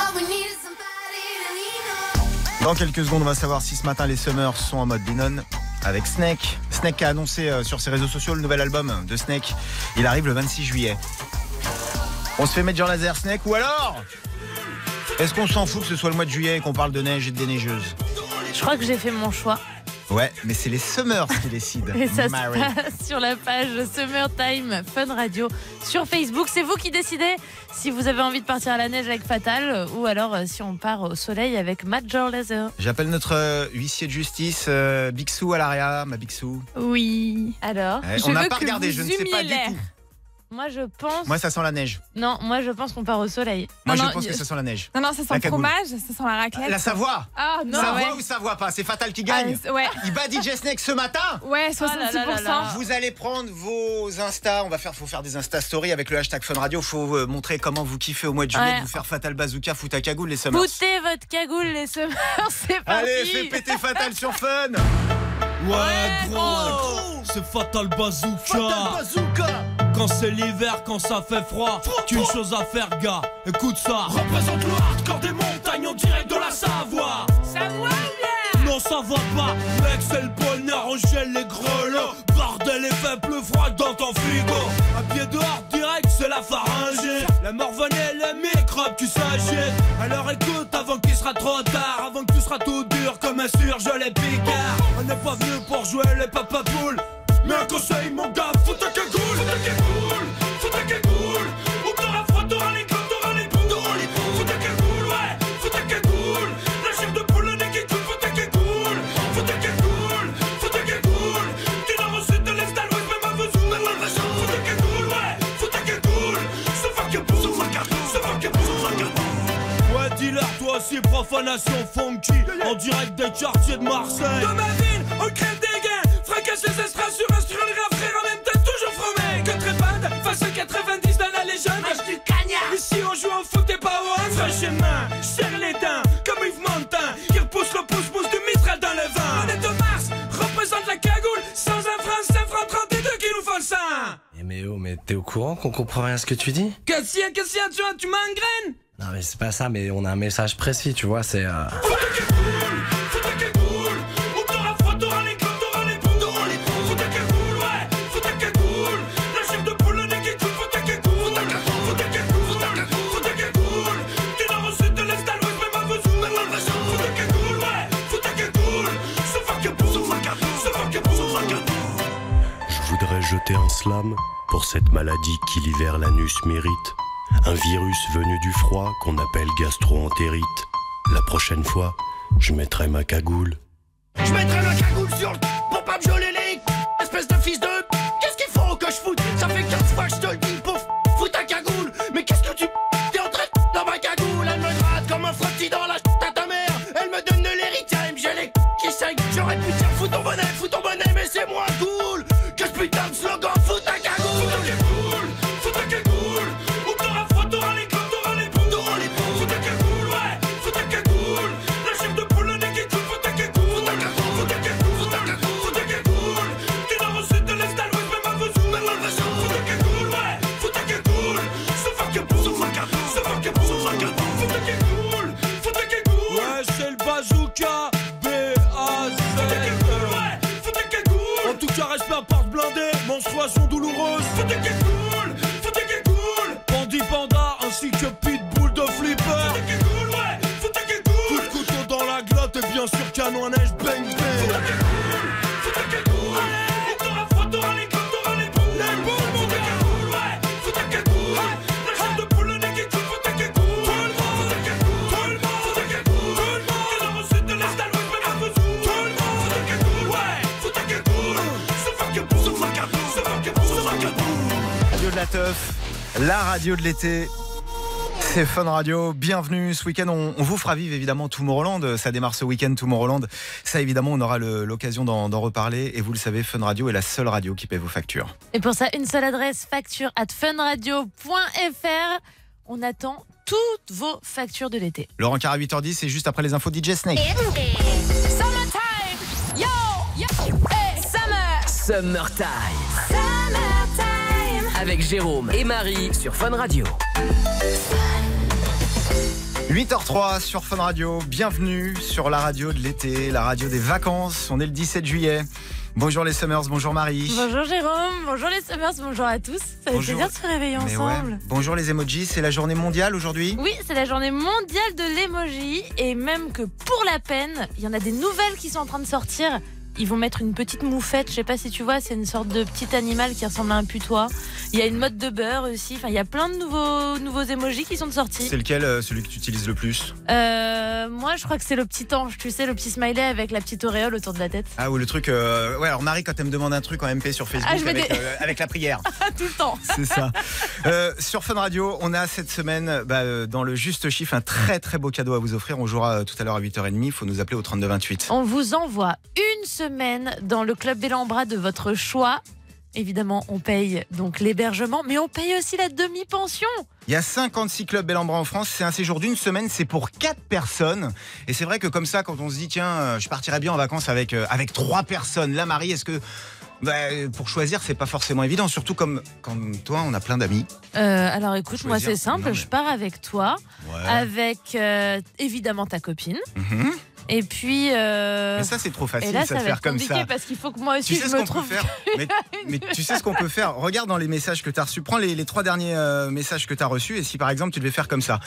[SPEAKER 2] Dans quelques secondes, on va savoir si ce matin les Summers sont en mode Lennon avec Snake. Snake a annoncé euh, sur ses réseaux sociaux le nouvel album de Snake. Il arrive le 26 juillet. On se fait Major Laser Snake ou alors Est-ce qu'on s'en fout que ce soit le mois de juillet et qu'on parle de neige et de déneigeuse
[SPEAKER 3] Je crois que j'ai fait mon choix.
[SPEAKER 2] Ouais, mais c'est les Summers qui décident.
[SPEAKER 3] Et ça
[SPEAKER 2] Mary.
[SPEAKER 3] se passe sur la page Summertime Fun Radio sur Facebook. C'est vous qui décidez si vous avez envie de partir à la neige avec Fatal ou alors euh, si on part au soleil avec Major Laser.
[SPEAKER 2] J'appelle notre euh, huissier de justice, euh, Bixou à l'arrière, ma Bixou.
[SPEAKER 3] Oui. Alors
[SPEAKER 2] Ouais, on n'a pas regardé, je ne sais pas du tout.
[SPEAKER 3] Moi, je pense.
[SPEAKER 2] Moi, ça sent la neige.
[SPEAKER 3] Non, moi, je pense qu'on part au soleil.
[SPEAKER 2] Moi,
[SPEAKER 4] Non,
[SPEAKER 2] je
[SPEAKER 4] non,
[SPEAKER 2] pense
[SPEAKER 4] y-
[SPEAKER 2] que ça sent la neige.
[SPEAKER 4] Non, non, ça sent
[SPEAKER 2] La
[SPEAKER 4] le
[SPEAKER 2] cagoule.
[SPEAKER 4] fromage, ça sent la raclette.
[SPEAKER 2] La Savoie
[SPEAKER 4] Ah, non, ouais.
[SPEAKER 2] Savoie ou Savoie pas C'est Fatal qui gagne
[SPEAKER 4] Ah, ouais. Ah.
[SPEAKER 2] Il bat DJ Snake ce matin
[SPEAKER 4] Ouais, 66%.
[SPEAKER 2] Vous allez prendre vos Insta, on va faire, faut faire des Insta Story avec le hashtag Fun Radio, faut euh, montrer comment vous kiffez au mois de juillet,
[SPEAKER 3] Ouais.
[SPEAKER 2] de vous faire Fatal Bazooka, Fouta Cagoule, les Summers.
[SPEAKER 3] Foutez votre cagoule, les semeurs, c'est parti
[SPEAKER 2] Allez, fais péter Fatal sur Fun
[SPEAKER 12] Ouais, gros, c'est fatal bazooka.
[SPEAKER 2] Fatal bazooka.
[SPEAKER 12] Quand c'est l'hiver, quand ça fait froid, tu une chose à faire, gars. Écoute ça. Représente le hardcore des montagnes en direct de la Savoie. Savoie non, ça va pas, mec, c'est le bonheur, on gèle les grelots. Bordel, les fait plus froid dans ton frigo. Un pied dehors direct, c'est la pharyngée. La morvonne et les microbes, tu s'achètes. Alors écoute, avant qu'il sera trop tard, avant que tout sera tout dur comme un surgelé picard. On n'est pas venu pour jouer les papapoules. Mais un conseil, mon gars, faut ta cagoule, faut ta cagoule, faut ta cagoule. Ou t'auras froid, t'auras les clopes, t'auras les boules, t'auras les boules. Faut ta cagoule, ouais, faut ta cagoule. La chair de poule, le nez qui coule, faut ta cagoule, faut ta cagoule, faut ta cagoule. Du nord au sud, de l'est à l'ouest, même à vos sous, même à vos sous. Faut ta cagoule, ouais, faut ta cagoule. So fuck your boo, so fuck your boo, so fuck your boo, so fuck your boo. Ouais, dealer, toi aussi, profanation funky. En direct des quartiers de Marseille. De ma ville, on crève des gains. Fracasse les estrades sur un sur les frère en même temps, toujours fromé. Que trépade, face à 90 dans la légende. Match du cagnard. Ici, on joue au foot et pas au hand. Fraîche main, serre les dents, comme Yves Montand. Qui repousse le pouce-pouce du Mistral dans le vent. On est de Mars, représente la cagoule. Sans un franc, 5 francs 32 qui nous font le sang.
[SPEAKER 13] Mais oh, mais t'es au courant qu'on comprend rien à ce que tu dis
[SPEAKER 12] Que si, que si, tu, tu m'engraines.
[SPEAKER 13] Non, mais c'est pas ça, mais on a un message précis, tu vois, c'est. euh,
[SPEAKER 12] T'auras froid, t'auras les clopes, t'auras les boules, t'auras les boules. Faut ta cagoule, ouais, faut ta cagoule. La chair de poule, le nez qui coule, faut ta cagoule, faut ta cagoule, faut ta cagoule, faut ta cagoule, faut ta cagoule. Du nord au sud, de l'est à l'ouest, même à vos sous, même à vos sous. Faut ta cagoule, ouais, faut ta cagoule. So fuck your boo, so fuck your boo, so fuck your boo, so fuck your boo.
[SPEAKER 14] Je voudrais jeter un slam pour cette maladie qui l'hiver l'anus mérite. Un virus venu du froid qu'on appelle gastro-entérite. La prochaine fois, je mettrai ma cagoule.
[SPEAKER 12] Je mettrai ma cagoule sur le pour pas me violer les espèce de fils de Qu'est-ce qu'il faut que je foute Ça fait 15 fois que je te le dis pour foutre ta cagoule Mais qu'est-ce que tu T'es en train de- dans ma cagoule Elle me gratte comme un frottis dans la à ta mère Elle me donne de l'héritage, elle me gèle les qui saigne J'aurais pu dire fous ton bonnet, fous ton bonnet Mais c'est moins cool que ce putain de slogan Fous ta cagoule Fous ta cagoule Ou t'auras froid, t'auras les clopes, t'auras les boules T'auras les boules Fous ta cagoule, ouais Fous ta cagoule La chair de poule, le nez qui coule Fous ta cagoule Fous ta cagoule Fous ta cagoule Fous ta cagoule Fous ta cagoule Du nord au sud, de l'est à l'ouest Même à vos sous, même à vos sous Fous ta cagoule, ouais Fous ta cagoule So fuck your boo, so fuck your boo So fuck your boo, so fuck your boo Fous ta cagoule Fous ta cagoule Ouais, c'est le bazooka B.A.Z. Fous ta cagoule, ouais Fous ta cagoule E. En tout cas, reste pas porte blindée Menstruation douloureuse Fous ta cagoule Fous ta cagoule Bandit panda ainsi que pitbull de flipper Fous ta cagoule, ouais Fous ta cagoule Coup de couteau dans la glotte et bien sûr canon à neige bang bang Fous ta cagoule Fous ta cagoule Allez T'auras froid, t'auras les clopes, t'auras les boules Les boules, mon gars Fous ta cagoule, ouais Fous ta cagoule La chair de poule, le nez qui coule Fous ta cagoule Tout le monde Fous ta cagoule Tout le monde Fous ta cagoule Tout le monde Du nord au sud, de l'est à l'ouest, même à vos sous Tout le monde Fous ta cagoule, ouais Fous ta cagoule So fuck your boo, so fuck your boo So fuck your boo, so fuck your boo
[SPEAKER 2] Radio de la teuf, la radio de l'été. C'est Fun Radio, bienvenue ce week-end. On, on vous fera vivre évidemment Tomorrowland. Ça démarre ce week-end Tomorrowland. Ça évidemment, on aura le- l'occasion d'en d'en reparler. Et vous le savez, Fun Radio est la seule radio qui paie vos factures.
[SPEAKER 3] Et pour ça, une seule adresse facture at funradio.fr. On attend toutes vos factures de l'été.
[SPEAKER 2] Laurent Car à 8h10, c'est juste après les infos DJ Snake.
[SPEAKER 8] Summertime. Yo, yo. Hey, summer.
[SPEAKER 1] Summertime. Avec Jérôme et Marie sur Fun Radio.
[SPEAKER 2] 8h03 sur Fun Radio, bienvenue sur la radio de l'été, la radio des vacances. On est le 17 juillet. Bonjour les Summers, bonjour Marie.
[SPEAKER 3] Bonjour Jérôme, bonjour les Summers, bonjour à tous. Ça fait
[SPEAKER 2] Bonjour.
[SPEAKER 3] plaisir de se réveiller
[SPEAKER 2] Mais ouais.
[SPEAKER 3] ensemble.
[SPEAKER 2] Bonjour les emojis, c'est la journée mondiale aujourd'hui
[SPEAKER 3] Oui, c'est la journée mondiale de l'emoji et même que pour la peine, il y en a des nouvelles qui sont en train de sortir. ils vont mettre une petite moufette. Je sais pas si tu vois, c'est une sorte de petit animal qui ressemble à un putois. Il y a une mode de beurre aussi. Enfin, il y a plein de nouveaux, nouveaux emojis qui sont sortis.
[SPEAKER 2] C'est lequel, euh, celui que tu utilises le plus
[SPEAKER 3] Euh, moi, je crois que c'est le petit ange, tu sais, le petit smiley avec la petite auréole autour de la tête.
[SPEAKER 2] Ah, ou le truc. euh, Ouais, alors Marie, quand elle me demande un truc en MP sur Facebook
[SPEAKER 3] Ah, je mets
[SPEAKER 2] avec,
[SPEAKER 3] des-
[SPEAKER 2] euh, avec la prière.
[SPEAKER 3] Tout le temps.
[SPEAKER 2] C'est ça. Euh, sur Fun Radio, on a cette semaine, bah, euh, dans le juste chiffre, un très très beau cadeau à vous offrir. On jouera euh, tout à l'heure à 8h30. Il faut nous appeler au 3228.
[SPEAKER 3] On vous envoie une semaine dans le club Bellambra de votre choix. Évidemment, on paye donc l'hébergement, mais on paye aussi la demi-pension.
[SPEAKER 2] Il y a 56 clubs Bellambra en France. C'est un séjour d'une semaine. C'est pour 4 personnes. Et c'est vrai que comme ça, quand on se dit, tiens, euh, je partirais bien en vacances avec, euh, avec 3 personnes. Là, Marie, est-ce que. bah, euh, pour choisir, c'est pas forcément évident. Surtout comme, comme toi, on a plein d'amis.
[SPEAKER 3] Euh, alors écoute, moi
[SPEAKER 2] Choisir,
[SPEAKER 3] c'est simple,
[SPEAKER 2] non, mais-
[SPEAKER 3] je pars avec toi,
[SPEAKER 2] Ouais.
[SPEAKER 3] avec euh, évidemment ta copine.
[SPEAKER 2] Mhm.
[SPEAKER 3] Et puis. euh,
[SPEAKER 2] Mais ça, c'est trop facile,
[SPEAKER 3] et là,
[SPEAKER 2] ça,
[SPEAKER 3] ça,
[SPEAKER 2] de
[SPEAKER 3] va
[SPEAKER 2] faire
[SPEAKER 3] être
[SPEAKER 2] comme
[SPEAKER 3] compliqué
[SPEAKER 2] ça.
[SPEAKER 3] parce qu'il faut que moi aussi
[SPEAKER 2] Tu sais
[SPEAKER 3] je
[SPEAKER 2] ce
[SPEAKER 3] me
[SPEAKER 2] qu'on peut
[SPEAKER 3] trouve.
[SPEAKER 2] faire mais, mais tu sais ce qu'on peut faire Regarde dans les messages que tu as reçus. Prends les, les trois derniers euh, messages que tu as reçus et si par exemple tu devais faire comme ça,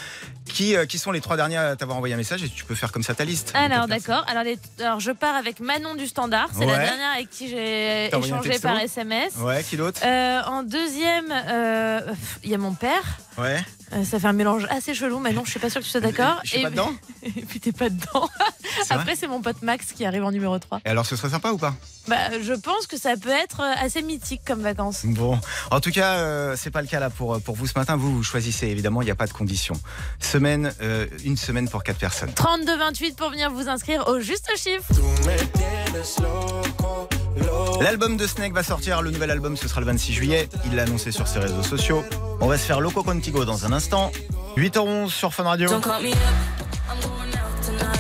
[SPEAKER 2] qui, euh, qui sont les trois derniers à t'avoir envoyé un message et tu peux faire comme ça ta liste
[SPEAKER 3] Ah, Alors d'accord, alors, les- alors je pars avec Manon du Standard, c'est la
[SPEAKER 2] Ouais.
[SPEAKER 3] dernière avec qui j'ai
[SPEAKER 2] T'as envoyé un
[SPEAKER 3] échangé
[SPEAKER 2] texto
[SPEAKER 3] par SMS.
[SPEAKER 2] Ouais, qui l'autre
[SPEAKER 3] Euh, en deuxième, euh, pff, il y a mon père.
[SPEAKER 2] Ouais.
[SPEAKER 3] Euh, ça fait un mélange assez chelou, mais non, je suis pas sûre que tu sois d'accord.
[SPEAKER 2] Je suis
[SPEAKER 3] Et
[SPEAKER 2] pas
[SPEAKER 3] puis-
[SPEAKER 2] dedans
[SPEAKER 3] Et puis t'es pas dedans.
[SPEAKER 2] C'est vrai
[SPEAKER 3] Après, c'est mon pote Max qui arrive en numéro 3.
[SPEAKER 2] Et alors ce serait sympa ou pas
[SPEAKER 3] Bah, je pense que ça peut être euh, assez mythique comme vacances.
[SPEAKER 2] Bon, en tout cas, euh, c'est pas le cas là pour, pour vous ce matin. Vous, vous choisissez évidemment, il n'y a pas de condition. Semaine, euh, une semaine pour quatre personnes.
[SPEAKER 3] 32-28 pour venir vous inscrire au juste chiffre.
[SPEAKER 2] L'album de Snake va sortir, le nouvel album ce sera le 26 juillet, il l'a annoncé sur ses réseaux sociaux. On va se faire Loco Contigo dans un instant. 8h11 sur Fun Radio.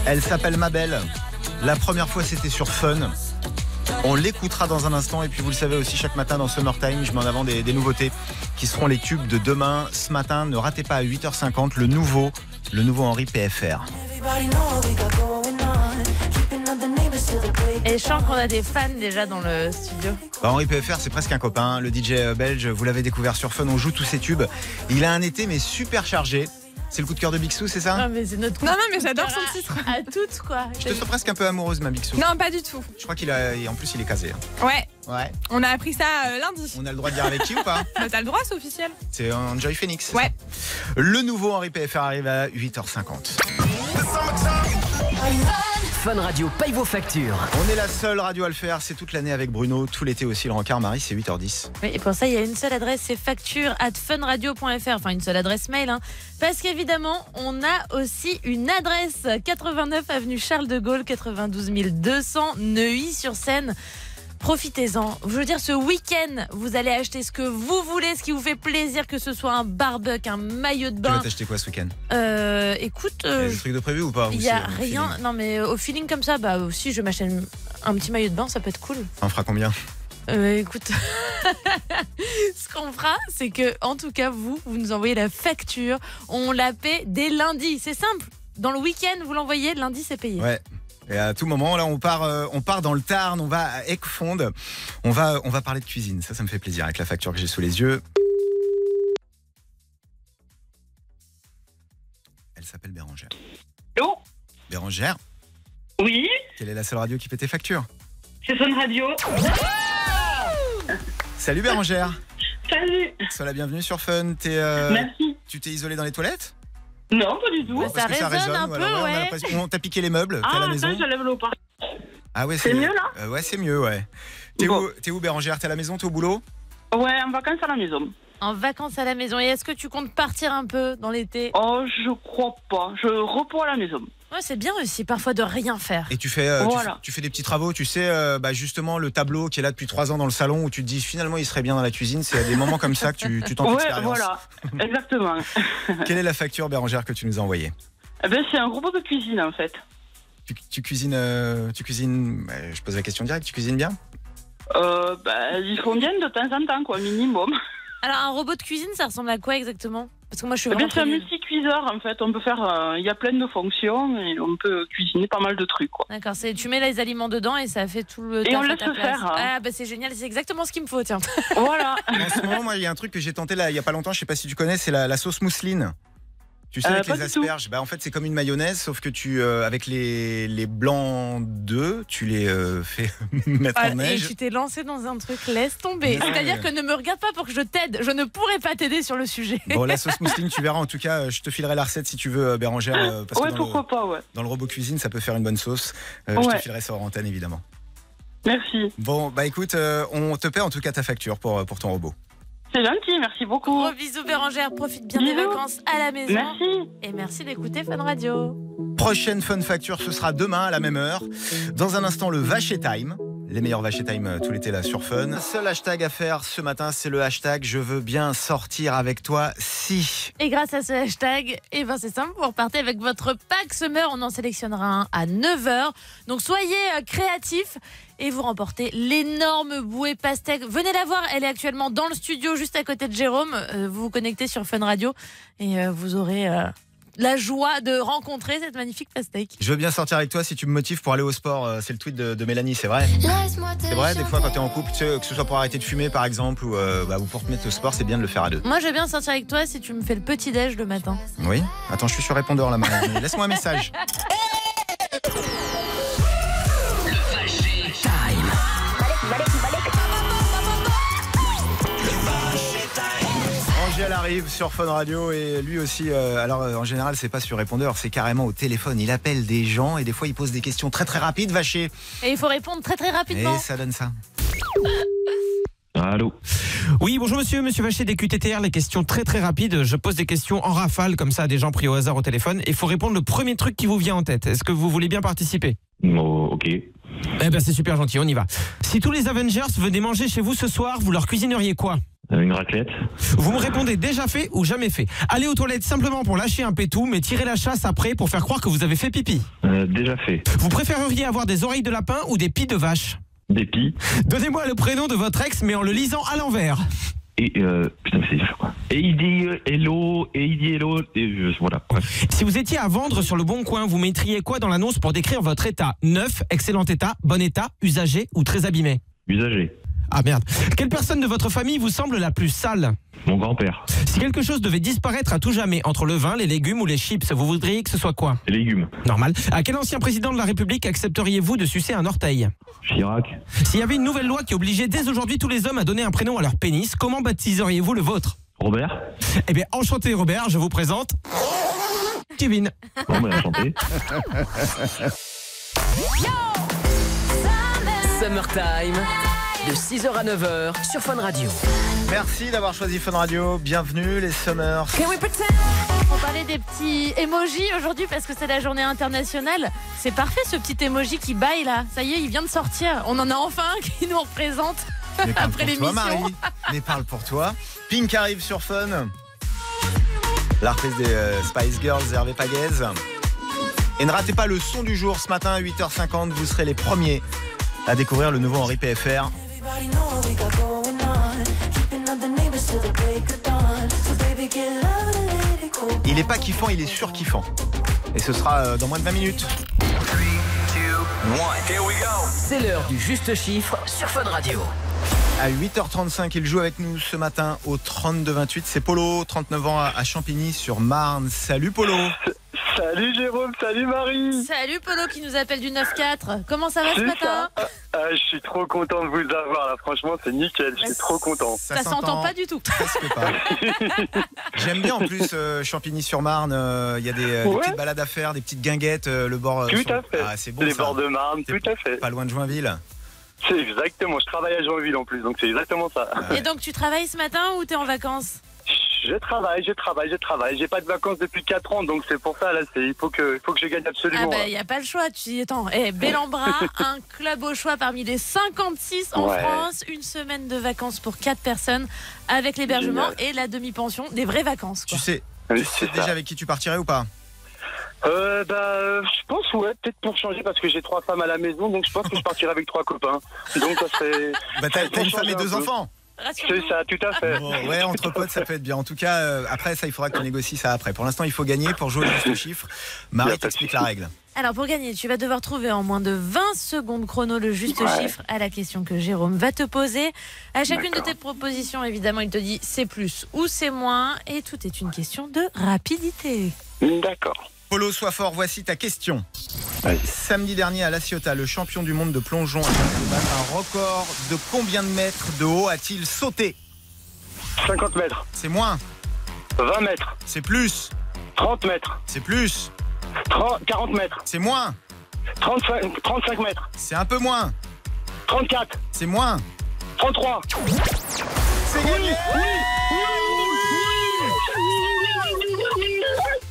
[SPEAKER 2] Elle s'appelle Mabel. La première fois c'était sur Fun. On l'écoutera dans un instant et puis vous le savez aussi chaque matin dans Summertime, je mets en avant des, des nouveautés qui seront les tubes de demain. Ce matin, ne ratez pas à 8h50 le nouveau, le nouveau Henri PFR.
[SPEAKER 3] Et je sens qu'on a des fans déjà dans le studio.
[SPEAKER 2] Bah, Henri PFR, c'est presque un copain. Le DJ belge, vous l'avez découvert sur Fun, on joue tous ses tubes. Il a un été, mais super chargé. C'est le coup de cœur de Bixou, Ah, c'est ça
[SPEAKER 3] Non, mais c'est notre
[SPEAKER 4] Non, non, mais j'adore son
[SPEAKER 3] titre. À, à toutes, quoi.
[SPEAKER 2] Je te sens presque un peu amoureuse, ma Bixou.
[SPEAKER 4] Non, pas du tout.
[SPEAKER 2] Je crois qu'il a. et En plus, il est casé. hein.
[SPEAKER 4] Ouais,
[SPEAKER 2] Ouais.
[SPEAKER 4] on a appris ça euh, lundi.
[SPEAKER 2] On a le droit de dire avec qui ou pas
[SPEAKER 4] Bah, T'as le droit, c'est officiel.
[SPEAKER 2] C'est Enjoy Phoenix.
[SPEAKER 4] Ouais.
[SPEAKER 2] Le nouveau Henri PFR arrive à 8h50.
[SPEAKER 1] Fun Radio paye vos factures.
[SPEAKER 2] On est la seule radio à le faire, c'est toute l'année avec Bruno, tout l'été aussi le rencard, Marie, c'est 8h10.
[SPEAKER 3] Oui, et pour ça, il y a une seule adresse, c'est facture at funradio.fr, enfin une seule adresse mail. hein. Parce qu'évidemment, on a aussi une adresse 89 avenue Charles de Gaulle, 92 200 Neuilly-sur-Seine. Profitez-en. Je veux dire, ce week-end, vous allez acheter ce que vous voulez, ce qui vous fait plaisir, que ce soit un barbecue, un maillot de
[SPEAKER 2] Tu vas
[SPEAKER 3] bain.
[SPEAKER 2] t'acheter quoi ce week-end
[SPEAKER 3] Euh, écoute,
[SPEAKER 2] Il y a
[SPEAKER 3] Ben, euh,
[SPEAKER 2] des trucs de prévu ou pas ou
[SPEAKER 3] il n'y a
[SPEAKER 2] c'est au
[SPEAKER 3] rien.
[SPEAKER 2] feeling
[SPEAKER 3] Non, mais au feeling comme ça, bah aussi, je m'achète un petit maillot de bain, ça peut être cool.
[SPEAKER 2] On fera combien
[SPEAKER 3] Euh, écoute, ce qu'on fera, c'est que, en tout cas, vous, vous nous envoyez la facture. On la paie dès lundi. C'est simple. Dans le week-end, vous l'envoyez, lundi, c'est payé.
[SPEAKER 2] Ouais. Et à tout moment, là, on part, euh, on part dans le Tarn, on va à Ecfonde, on va, on va parler de cuisine. Ça, ça me fait plaisir avec la facture que j'ai sous les yeux. Elle s'appelle Bérangère.
[SPEAKER 15] Allô
[SPEAKER 2] Bérangère
[SPEAKER 15] Oui
[SPEAKER 2] Quelle est la seule radio qui paie tes factures
[SPEAKER 15] C'est Fun Radio.
[SPEAKER 2] Salut Bérangère
[SPEAKER 15] Salut
[SPEAKER 2] Sois la bienvenue sur Fun. T'es, euh, Tu t'es isolée dans les toilettes
[SPEAKER 15] Non, pas du tout.
[SPEAKER 2] Parce que ça résonne, ou alors, ouais, on a l'impression- on t'a piqué les meubles, t'es à la
[SPEAKER 15] Ah,
[SPEAKER 2] maison
[SPEAKER 15] attends, je lève le haut-parleur.
[SPEAKER 2] Ah ouais,
[SPEAKER 15] C'est mieux, là
[SPEAKER 2] Euh, Ouais, c'est mieux, ouais. T'es où, t'es où Bérangère T'es à la maison, t'es au boulot
[SPEAKER 15] Ouais, en vacances à la maison.
[SPEAKER 3] En vacances à la maison. Et est-ce que tu comptes partir un peu dans l'été
[SPEAKER 15] Oh, je crois pas. Je repos à la maison.
[SPEAKER 3] Ouais, c'est bien aussi, parfois, de rien faire.
[SPEAKER 2] Et tu fais, euh,
[SPEAKER 15] Oh
[SPEAKER 2] tu,
[SPEAKER 3] Voilà.
[SPEAKER 2] fais- tu fais des petits travaux, tu sais, euh, bah, justement, le tableau qui est là depuis trois ans dans le salon où tu te dis finalement il serait bien dans la cuisine, c'est à des moments comme ça que tu, tu tentes
[SPEAKER 15] Ouais,
[SPEAKER 2] l'expérience.
[SPEAKER 15] voilà. Exactement.
[SPEAKER 2] Quelle est la facture, Bérangère, que tu nous as envoyée
[SPEAKER 15] Eh ben, c'est un robot de cuisine, en fait.
[SPEAKER 2] tu, tu cuisines, euh, tu cuisines euh, je pose la question directe, tu cuisines bien
[SPEAKER 15] Euh, bah, ils font bien de temps en temps, quoi, minimum.
[SPEAKER 3] Alors, un robot de cuisine, ça ressemble à quoi exactement Parce que moi, je suis
[SPEAKER 15] Eh ben,
[SPEAKER 3] vraiment.
[SPEAKER 15] c'est un
[SPEAKER 3] très nulle.
[SPEAKER 15] multicuiseur, en fait. On peut faire... euh, Il y a plein de fonctions et on peut cuisiner pas mal de trucs, quoi.
[SPEAKER 3] D'accord, c'est tu mets les aliments dedans et ça fait tout le.
[SPEAKER 15] Et
[SPEAKER 3] taf
[SPEAKER 15] on
[SPEAKER 3] à
[SPEAKER 15] laisse
[SPEAKER 3] ta place.
[SPEAKER 15] faire, hein.
[SPEAKER 3] Ah bah c'est génial, c'est exactement ce qu'il me faut, tiens.
[SPEAKER 15] Voilà.
[SPEAKER 2] En ce moment, moi, il y a un truc que j'ai tenté là, il y a pas longtemps, je sais pas si tu connais, c'est la, la sauce mousseline. Tu sais,
[SPEAKER 15] Euh,
[SPEAKER 2] avec
[SPEAKER 15] pas
[SPEAKER 2] les
[SPEAKER 15] du tout.
[SPEAKER 2] asperges, bah, en fait, c'est comme une mayonnaise, sauf que tu, euh, avec les, les blancs d'œufs, tu les euh, fais mettre
[SPEAKER 3] Ah,
[SPEAKER 2] en
[SPEAKER 3] et
[SPEAKER 2] neige.
[SPEAKER 3] tu t'es lancé dans un truc, laisse tomber.
[SPEAKER 2] Ouais.
[SPEAKER 3] C'est-à-dire que ne me regarde pas pour que je t'aide, je ne pourrais pas t'aider sur le sujet.
[SPEAKER 2] Bon, la sauce mousseline, tu verras. En tout cas, euh, je te filerai la recette si tu veux, euh, Bérangère. euh, Parce
[SPEAKER 15] Ouais,
[SPEAKER 2] que dans
[SPEAKER 15] pourquoi
[SPEAKER 2] le,
[SPEAKER 15] pas, ouais.
[SPEAKER 2] Dans le robot cuisine, ça peut faire une bonne sauce. Euh, Je
[SPEAKER 15] Ouais.
[SPEAKER 2] te filerai ça hors antenne, évidemment.
[SPEAKER 15] Merci.
[SPEAKER 2] Bon, bah écoute, euh, on te paie en tout cas ta facture pour, euh, pour ton robot.
[SPEAKER 15] C'est gentil, merci beaucoup.
[SPEAKER 3] Gros bisous Bérangère, profite bien des vacances à la maison.
[SPEAKER 15] Merci.
[SPEAKER 3] Et merci d'écouter Fun Radio.
[SPEAKER 2] Prochaine fun facture, ce sera demain à la même heure. Dans un instant, le Vaché Time. Les meilleurs Vaché Time euh, tout l'été là sur Fun. Le seul hashtag à faire ce matin, c'est le hashtag Je veux bien sortir avec toi si.
[SPEAKER 3] Et grâce à ce hashtag, eh ben c'est simple, vous repartez avec votre pack summer. On en sélectionnera un à 9h. Donc soyez euh, créatifs et vous remportez l'énorme bouée pastèque. Venez la voir, elle est actuellement dans le studio juste à côté de Jérôme. Euh, vous vous connectez sur Fun Radio et euh, vous aurez euh, la joie de rencontrer cette magnifique pastèque.
[SPEAKER 2] Je veux bien sortir avec toi si tu me motives pour aller au sport. Euh, C'est le tweet de, de Mélanie, c'est vrai. C'est vrai, des fois quand t'es en couple, tu sais, que ce soit pour arrêter de fumer par exemple ou, euh, bah, ou pour te mettre au sport, c'est bien de le faire à deux.
[SPEAKER 3] Moi, je vais bien sortir avec toi si tu me fais le petit déj le matin.
[SPEAKER 2] Oui Attends, je suis sur répondeur là, Marie. Laisse-moi un message. Angèle arrive sur Fun Radio et lui aussi, euh, alors euh, en général c'est pas sur répondeur, c'est carrément au téléphone. Il appelle des gens et des fois il pose des questions très très rapides, vaché.
[SPEAKER 3] Et il faut répondre très très
[SPEAKER 2] Et
[SPEAKER 3] rapidement.
[SPEAKER 2] ça donne ça.
[SPEAKER 16] Allô Oui, bonjour monsieur, monsieur Vacher des QTTR, les questions très très rapides. Je pose des questions en rafale comme ça à des gens pris au hasard au téléphone et il faut répondre le premier truc qui vous vient en tête. Est-ce que vous voulez bien participer
[SPEAKER 17] Oh, ok.
[SPEAKER 16] Eh ben c'est super gentil, on y va. Si tous les Avengers venaient manger chez vous ce soir, vous leur cuisineriez quoi
[SPEAKER 17] Euh, Une raclette.
[SPEAKER 16] Vous me répondez déjà fait ou jamais fait. Allez aux toilettes simplement pour lâcher un pétou, mais tirez la chasse après pour faire croire que vous avez fait pipi.
[SPEAKER 17] Euh, déjà fait.
[SPEAKER 16] Vous préféreriez avoir des oreilles de lapin ou des pies de vache
[SPEAKER 17] Des pis.
[SPEAKER 16] Donnez-moi le prénom de votre ex, mais en le lisant à l'envers.
[SPEAKER 17] Et euh, putain, mais c'est dur, quoi. Et il dit euh, hello, et il dit hello, et euh, voilà. Bref.
[SPEAKER 16] Si vous étiez à vendre sur le bon coin, vous mettriez quoi dans l'annonce pour décrire votre état Neuf, excellent état, bon état, usagé ou très abîmé
[SPEAKER 17] Usagé.
[SPEAKER 16] Ah merde. Quelle personne de votre famille vous semble la plus sale
[SPEAKER 17] Mon grand-père.
[SPEAKER 16] Si quelque chose devait disparaître à tout jamais entre le vin, les légumes ou les chips, vous voudriez que ce soit quoi
[SPEAKER 17] Les légumes.
[SPEAKER 16] Normal. À quel ancien président de la République accepteriez-vous de sucer un orteil
[SPEAKER 17] Chirac.
[SPEAKER 16] S'il y avait une nouvelle loi qui obligeait dès aujourd'hui tous les hommes à donner un prénom à leur pénis, comment baptiseriez-vous le vôtre
[SPEAKER 17] Robert.
[SPEAKER 16] Eh bien, enchanté Robert, je vous présente Kevin.
[SPEAKER 17] Bon, ben, enchanté.
[SPEAKER 1] Summertime, de 6h à 9h sur Fun Radio.
[SPEAKER 2] Merci d'avoir choisi Fun Radio, bienvenue les Summers.
[SPEAKER 3] On parlait des petits emojis aujourd'hui parce que c'est la journée internationale. C'est parfait ce petit emoji qui baille là. Ça y est, il vient de sortir. On en a enfin un qui nous représente
[SPEAKER 2] Mais parle
[SPEAKER 3] après
[SPEAKER 2] pour toi,
[SPEAKER 3] l'émission.
[SPEAKER 2] Marie. Mais parle pour toi. Pink arrive sur Fun. La reprise des euh, Spice Girls, Hervé Pagaise. Et ne ratez pas le son du jour ce matin à 8h50. Vous serez les premiers à découvrir le nouveau Henri PFR.
[SPEAKER 12] Everybody know what we got going on. Keeping up the neighbors till the break of dawn. So baby, get loud and let it go.
[SPEAKER 2] Il est pas kiffant, il est surkiffant. Et ce sera euh, dans moins de 20 minutes.
[SPEAKER 1] C'est l'heure du juste chiffre sur Fun Radio.
[SPEAKER 2] À 8h35, il joue avec nous ce matin au 32-28. C'est Polo, 39 ans, à à Champigny sur Marne. Salut Polo
[SPEAKER 18] Salut Jérôme, salut Marie
[SPEAKER 3] Salut Polo qui nous appelle du 9-4. Comment ça va ce
[SPEAKER 18] C'est
[SPEAKER 3] matin
[SPEAKER 18] Ah, Je suis trop content de vous avoir là, franchement c'est nickel, je suis trop content.
[SPEAKER 3] Ça, s'entend pas du tout.
[SPEAKER 2] J'aime bien en plus euh, Champigny-sur-Marne. euh, Il y a des, euh, des
[SPEAKER 18] Ouais.
[SPEAKER 2] petites balades à faire, des petites guinguettes, euh, le bord. euh,
[SPEAKER 18] Tout
[SPEAKER 2] sur-
[SPEAKER 18] à fait.
[SPEAKER 2] Ah, c'est bon.
[SPEAKER 18] Les
[SPEAKER 2] ça.
[SPEAKER 18] bords de Marne, tout à fait.
[SPEAKER 2] Pas loin de Joinville.
[SPEAKER 18] C'est exactement, je travaille à Joinville en plus, donc c'est exactement ça.
[SPEAKER 3] Et donc tu travailles ce matin ou t'es en vacances
[SPEAKER 18] Je travaille, je travaille, je travaille, j'ai pas de vacances depuis 4 ans, donc c'est pour ça là, c'est- il faut que, il faut que je gagne absolument.
[SPEAKER 3] Ah bah
[SPEAKER 18] là.
[SPEAKER 3] il n'y a pas le choix, tu dis attends, eh, bel embras, un club au choix parmi les 56 en
[SPEAKER 18] Ouais.
[SPEAKER 3] France, une semaine de vacances pour 4 personnes avec l'hébergement et la demi-pension, des vraies vacances quoi.
[SPEAKER 2] Tu sais,
[SPEAKER 18] Oui,
[SPEAKER 2] tu sais
[SPEAKER 18] c'est
[SPEAKER 2] déjà
[SPEAKER 18] ça.
[SPEAKER 2] avec qui tu partirais ou pas
[SPEAKER 18] Euh, bah, euh, je pense ouais, peut-être pour changer parce que j'ai trois femmes à la maison, donc je pense que je partirai avec trois copains. Donc ça serait.
[SPEAKER 2] Bah, t'as- t'as une femme et deux enfants
[SPEAKER 3] Rassure-nous.
[SPEAKER 18] C'est ça, tout à fait.
[SPEAKER 2] Bon, ouais, entre potes, ça peut être bien. En tout cas, euh, après, ça, il faudra que tu négocies ça après. Pour l'instant, il faut gagner pour jouer au juste chiffre. Marie t'explique la règle.
[SPEAKER 3] Alors pour gagner, tu vas devoir trouver en moins de 20 secondes chrono le juste chiffre à la question que Jérôme va te poser. À chacune de tes propositions, évidemment, il te dit c'est plus ou c'est moins et tout est une question de rapidité.
[SPEAKER 2] D'accord. Polo, sois fort, voici ta question. Samedi dernier à La Ciotat, le champion du monde de plongeon a battu un record de combien de mètres de haut a-t-il sauté
[SPEAKER 18] 50 mètres.
[SPEAKER 2] C'est moins.
[SPEAKER 18] 20 mètres.
[SPEAKER 2] C'est plus.
[SPEAKER 18] 30 mètres.
[SPEAKER 2] C'est plus.
[SPEAKER 18] 30 40 mètres.
[SPEAKER 2] C'est moins.
[SPEAKER 18] 35, 35 mètres.
[SPEAKER 2] C'est un peu moins.
[SPEAKER 18] 34.
[SPEAKER 2] C'est moins.
[SPEAKER 18] 33.
[SPEAKER 2] C'est gagné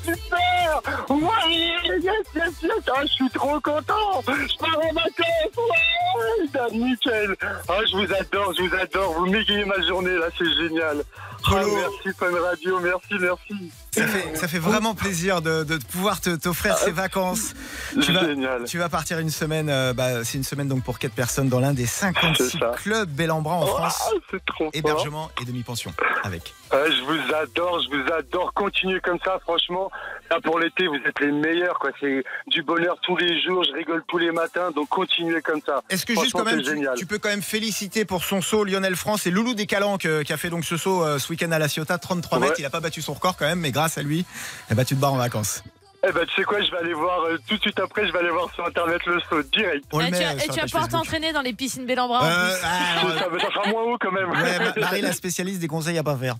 [SPEAKER 12] Super Ouais, yes, yes, yes Ah, je suis trop content Je pars en vacances Ouais Ah, Nickel Ah, je vous adore, je vous adore Vous m'égayez ma journée, là, c'est génial Ah, Merci, Fun Radio, merci, merci
[SPEAKER 2] Ça fait, ça fait vraiment plaisir de, de pouvoir te- t'offrir ces vacances. Tu vas,
[SPEAKER 18] Génial.
[SPEAKER 2] tu vas partir une semaine, euh, bah, c'est une semaine donc pour 4 personnes dans l'un des 56
[SPEAKER 18] C'est ça. Oh, ah,
[SPEAKER 2] clubs Bellambra en France.
[SPEAKER 18] C'est trop
[SPEAKER 2] Hébergement et demi-pension avec.
[SPEAKER 18] Euh, je vous adore, je vous adore. Continuez comme ça, franchement. Là, pour l'été, vous êtes les meilleurs, quoi. C'est du bonheur tous les jours, je rigole tous les matins, donc continuez comme ça.
[SPEAKER 2] Est-ce que juste
[SPEAKER 18] Franchement,
[SPEAKER 2] quand même,
[SPEAKER 18] c'est
[SPEAKER 2] tu,
[SPEAKER 18] génial.
[SPEAKER 2] tu peux quand même féliciter pour son saut Lionel France et Loulou Descalanques euh, qui a fait donc ce saut euh, ce week-end à la Ciotat, 33 mètres.
[SPEAKER 18] Ouais.
[SPEAKER 2] Il n'a pas battu son record quand même, mais grâce à lui, eh ben, tu te barres en vacances.
[SPEAKER 18] Eh ben, tu sais quoi, je vais aller voir, euh, tout de suite après, je vais aller voir sur Internet le saut, direct.
[SPEAKER 2] On le
[SPEAKER 3] Et Ah, tu,
[SPEAKER 2] met,
[SPEAKER 3] vas-
[SPEAKER 2] euh,
[SPEAKER 3] et
[SPEAKER 2] sur
[SPEAKER 3] tu
[SPEAKER 2] la
[SPEAKER 3] vas
[SPEAKER 2] page
[SPEAKER 3] pouvoir
[SPEAKER 2] Facebook.
[SPEAKER 3] t'entraîner dans les piscines Bellambra. en
[SPEAKER 2] Euh,
[SPEAKER 3] plus.
[SPEAKER 2] alors,
[SPEAKER 18] Ça, ça fera moins haut, quand même.
[SPEAKER 2] ouais, bah, Ma- Marie, la spécialiste des conseils à pas faire.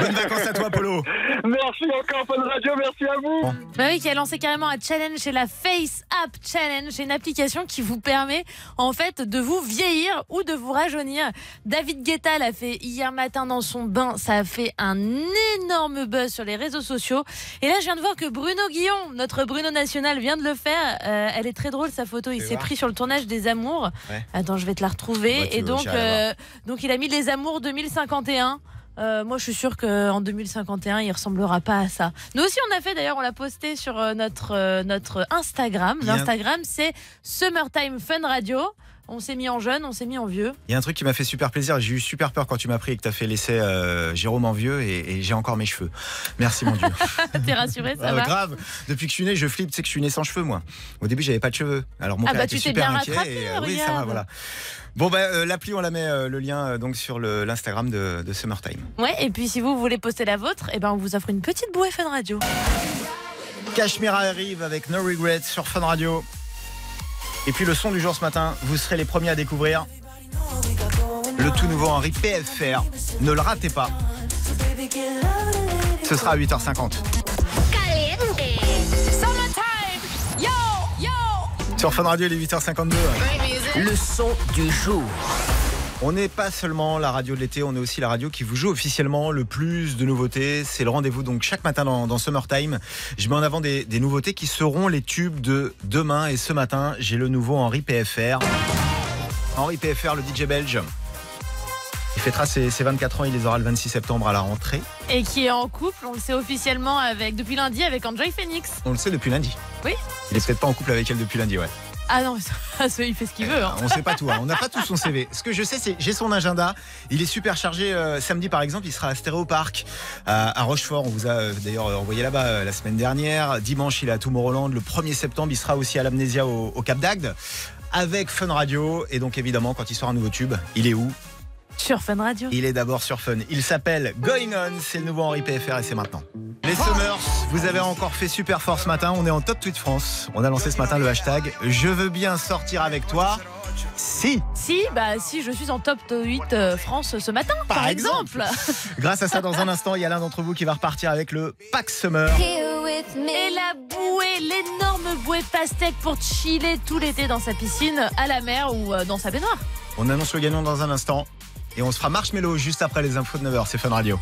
[SPEAKER 2] Bonnes vacances à toi, Polo.
[SPEAKER 18] Merci encore, Fun Radio, merci à vous
[SPEAKER 3] Bah oui, qui a lancé carrément un challenge, c'est la Face App Challenge. C'est une application qui vous permet en fait de vous vieillir ou de vous rajeunir. David Guetta l'a fait hier matin dans son bain. Ça a fait un énorme buzz sur les réseaux sociaux. Et là, je viens de voir que Bruno Guillon, notre Bruno national, vient de le faire. Euh, elle est très drôle sa photo. Il
[SPEAKER 19] Fais
[SPEAKER 3] s'est
[SPEAKER 19] voir.
[SPEAKER 3] pris sur le tournage des Amours.
[SPEAKER 19] Ouais.
[SPEAKER 3] Attends, je vais te la retrouver.
[SPEAKER 19] Ouais, tu
[SPEAKER 3] Et
[SPEAKER 19] veux,
[SPEAKER 3] donc,
[SPEAKER 19] j'irai la
[SPEAKER 3] euh, donc il a mis les Amours 2051. Euh, moi, je suis sûre qu'en 2051, il ressemblera pas à ça. Nous aussi, on a fait d'ailleurs, on l'a posté sur euh, notre, euh, notre Instagram.
[SPEAKER 2] Il y a-
[SPEAKER 3] L'Instagram, c'est Summertime Fun Radio. On s'est mis en jeune, on s'est mis en vieux.
[SPEAKER 2] Il y a un truc qui m'a fait super plaisir. J'ai eu super peur quand tu m'as pris et que tu as fait l'essai euh, Jérôme en vieux et, et j'ai encore mes cheveux. Merci, mon Dieu.
[SPEAKER 3] T'es rassuré, ça
[SPEAKER 2] Euh,
[SPEAKER 3] va
[SPEAKER 2] grave, depuis que je suis né, je flippe, tu sais que je suis né sans cheveux, moi. Au début, j'avais pas de cheveux. Alors mon
[SPEAKER 3] Ah
[SPEAKER 2] père
[SPEAKER 3] bah,
[SPEAKER 2] était
[SPEAKER 3] tu t'es
[SPEAKER 2] super
[SPEAKER 3] bien
[SPEAKER 2] inquiet.
[SPEAKER 3] rattrapé,
[SPEAKER 2] et, euh, oui, ça va,
[SPEAKER 3] regarde.
[SPEAKER 2] voilà. Bon, bah, euh, l'appli, on la met euh, le lien euh, donc sur le- l'Instagram de, de Summertime.
[SPEAKER 3] Ouais, et puis si vous voulez poster la vôtre, eh ben, on vous offre une petite bouée Fun Radio.
[SPEAKER 2] Cachemire arrive avec No Regrets sur Fun Radio. Et puis le son du jour ce matin, vous serez les premiers à découvrir le tout nouveau Henri PFR. Ne le ratez pas. Ce sera à 8h50.
[SPEAKER 8] Caliente. Summertime. Yo, yo.
[SPEAKER 2] Sur Fun Radio, il est 8h52.
[SPEAKER 8] Le
[SPEAKER 2] son du jour. On n'est pas seulement la radio de l'été, on est aussi la radio qui vous joue officiellement le plus de nouveautés. C'est le rendez-vous donc chaque matin dans, dans Summertime. Je mets en avant des, des nouveautés qui seront les tubes de demain. Et ce matin, j'ai le nouveau Henri PFR. Henri PFR, le DJ belge. Il fêtera ses, ses 24 ans, il les aura le 26 septembre à la rentrée.
[SPEAKER 3] Et qui est en couple, on le sait officiellement avec, depuis lundi avec Enjoy Phoenix.
[SPEAKER 2] On le sait depuis lundi.
[SPEAKER 3] Oui
[SPEAKER 2] Il est peut-être pas en couple avec elle depuis lundi, ouais.
[SPEAKER 3] Ah non, ça, il fait ce qu'il veut. hein.
[SPEAKER 2] On sait pas tout, hein. on n'a pas tout son CV. Ce que je sais, c'est j'ai son agenda. Il est super chargé. euh, samedi, par exemple, il sera à Stéréo Park à, à Rochefort. On vous a euh, d'ailleurs euh, envoyé là-bas euh, la semaine dernière. Dimanche, il est à Tomorrowland. Le 1er septembre, il sera aussi à l'Amnésia au, au Cap d'Agde avec Fun Radio. Et donc, évidemment, quand il sort un nouveau tube, il est où
[SPEAKER 3] Sur Fun Radio.
[SPEAKER 2] Il est d'abord sur Fun. Il s'appelle Going On. C'est le nouveau Henri PFR et c'est maintenant. Les Summers, vous avez encore fait super fort ce matin. On est en top tweet France. On a lancé ce matin le hashtag Je veux bien sortir avec toi. Si
[SPEAKER 3] Si, bah si, je suis en top 8 euh, France ce matin, par, exemple.
[SPEAKER 2] Grâce à ça, dans un instant, il y a l'un d'entre vous qui va repartir avec le Pack Summer.
[SPEAKER 3] Et la bouée, l'énorme bouée de pastèque pour chiller tout l'été dans sa piscine, à la mer ou euh, dans sa baignoire.
[SPEAKER 2] On annonce le gagnant dans un instant. Et on se fera Marshmello juste après les infos de 9h. C'est Fun Radio.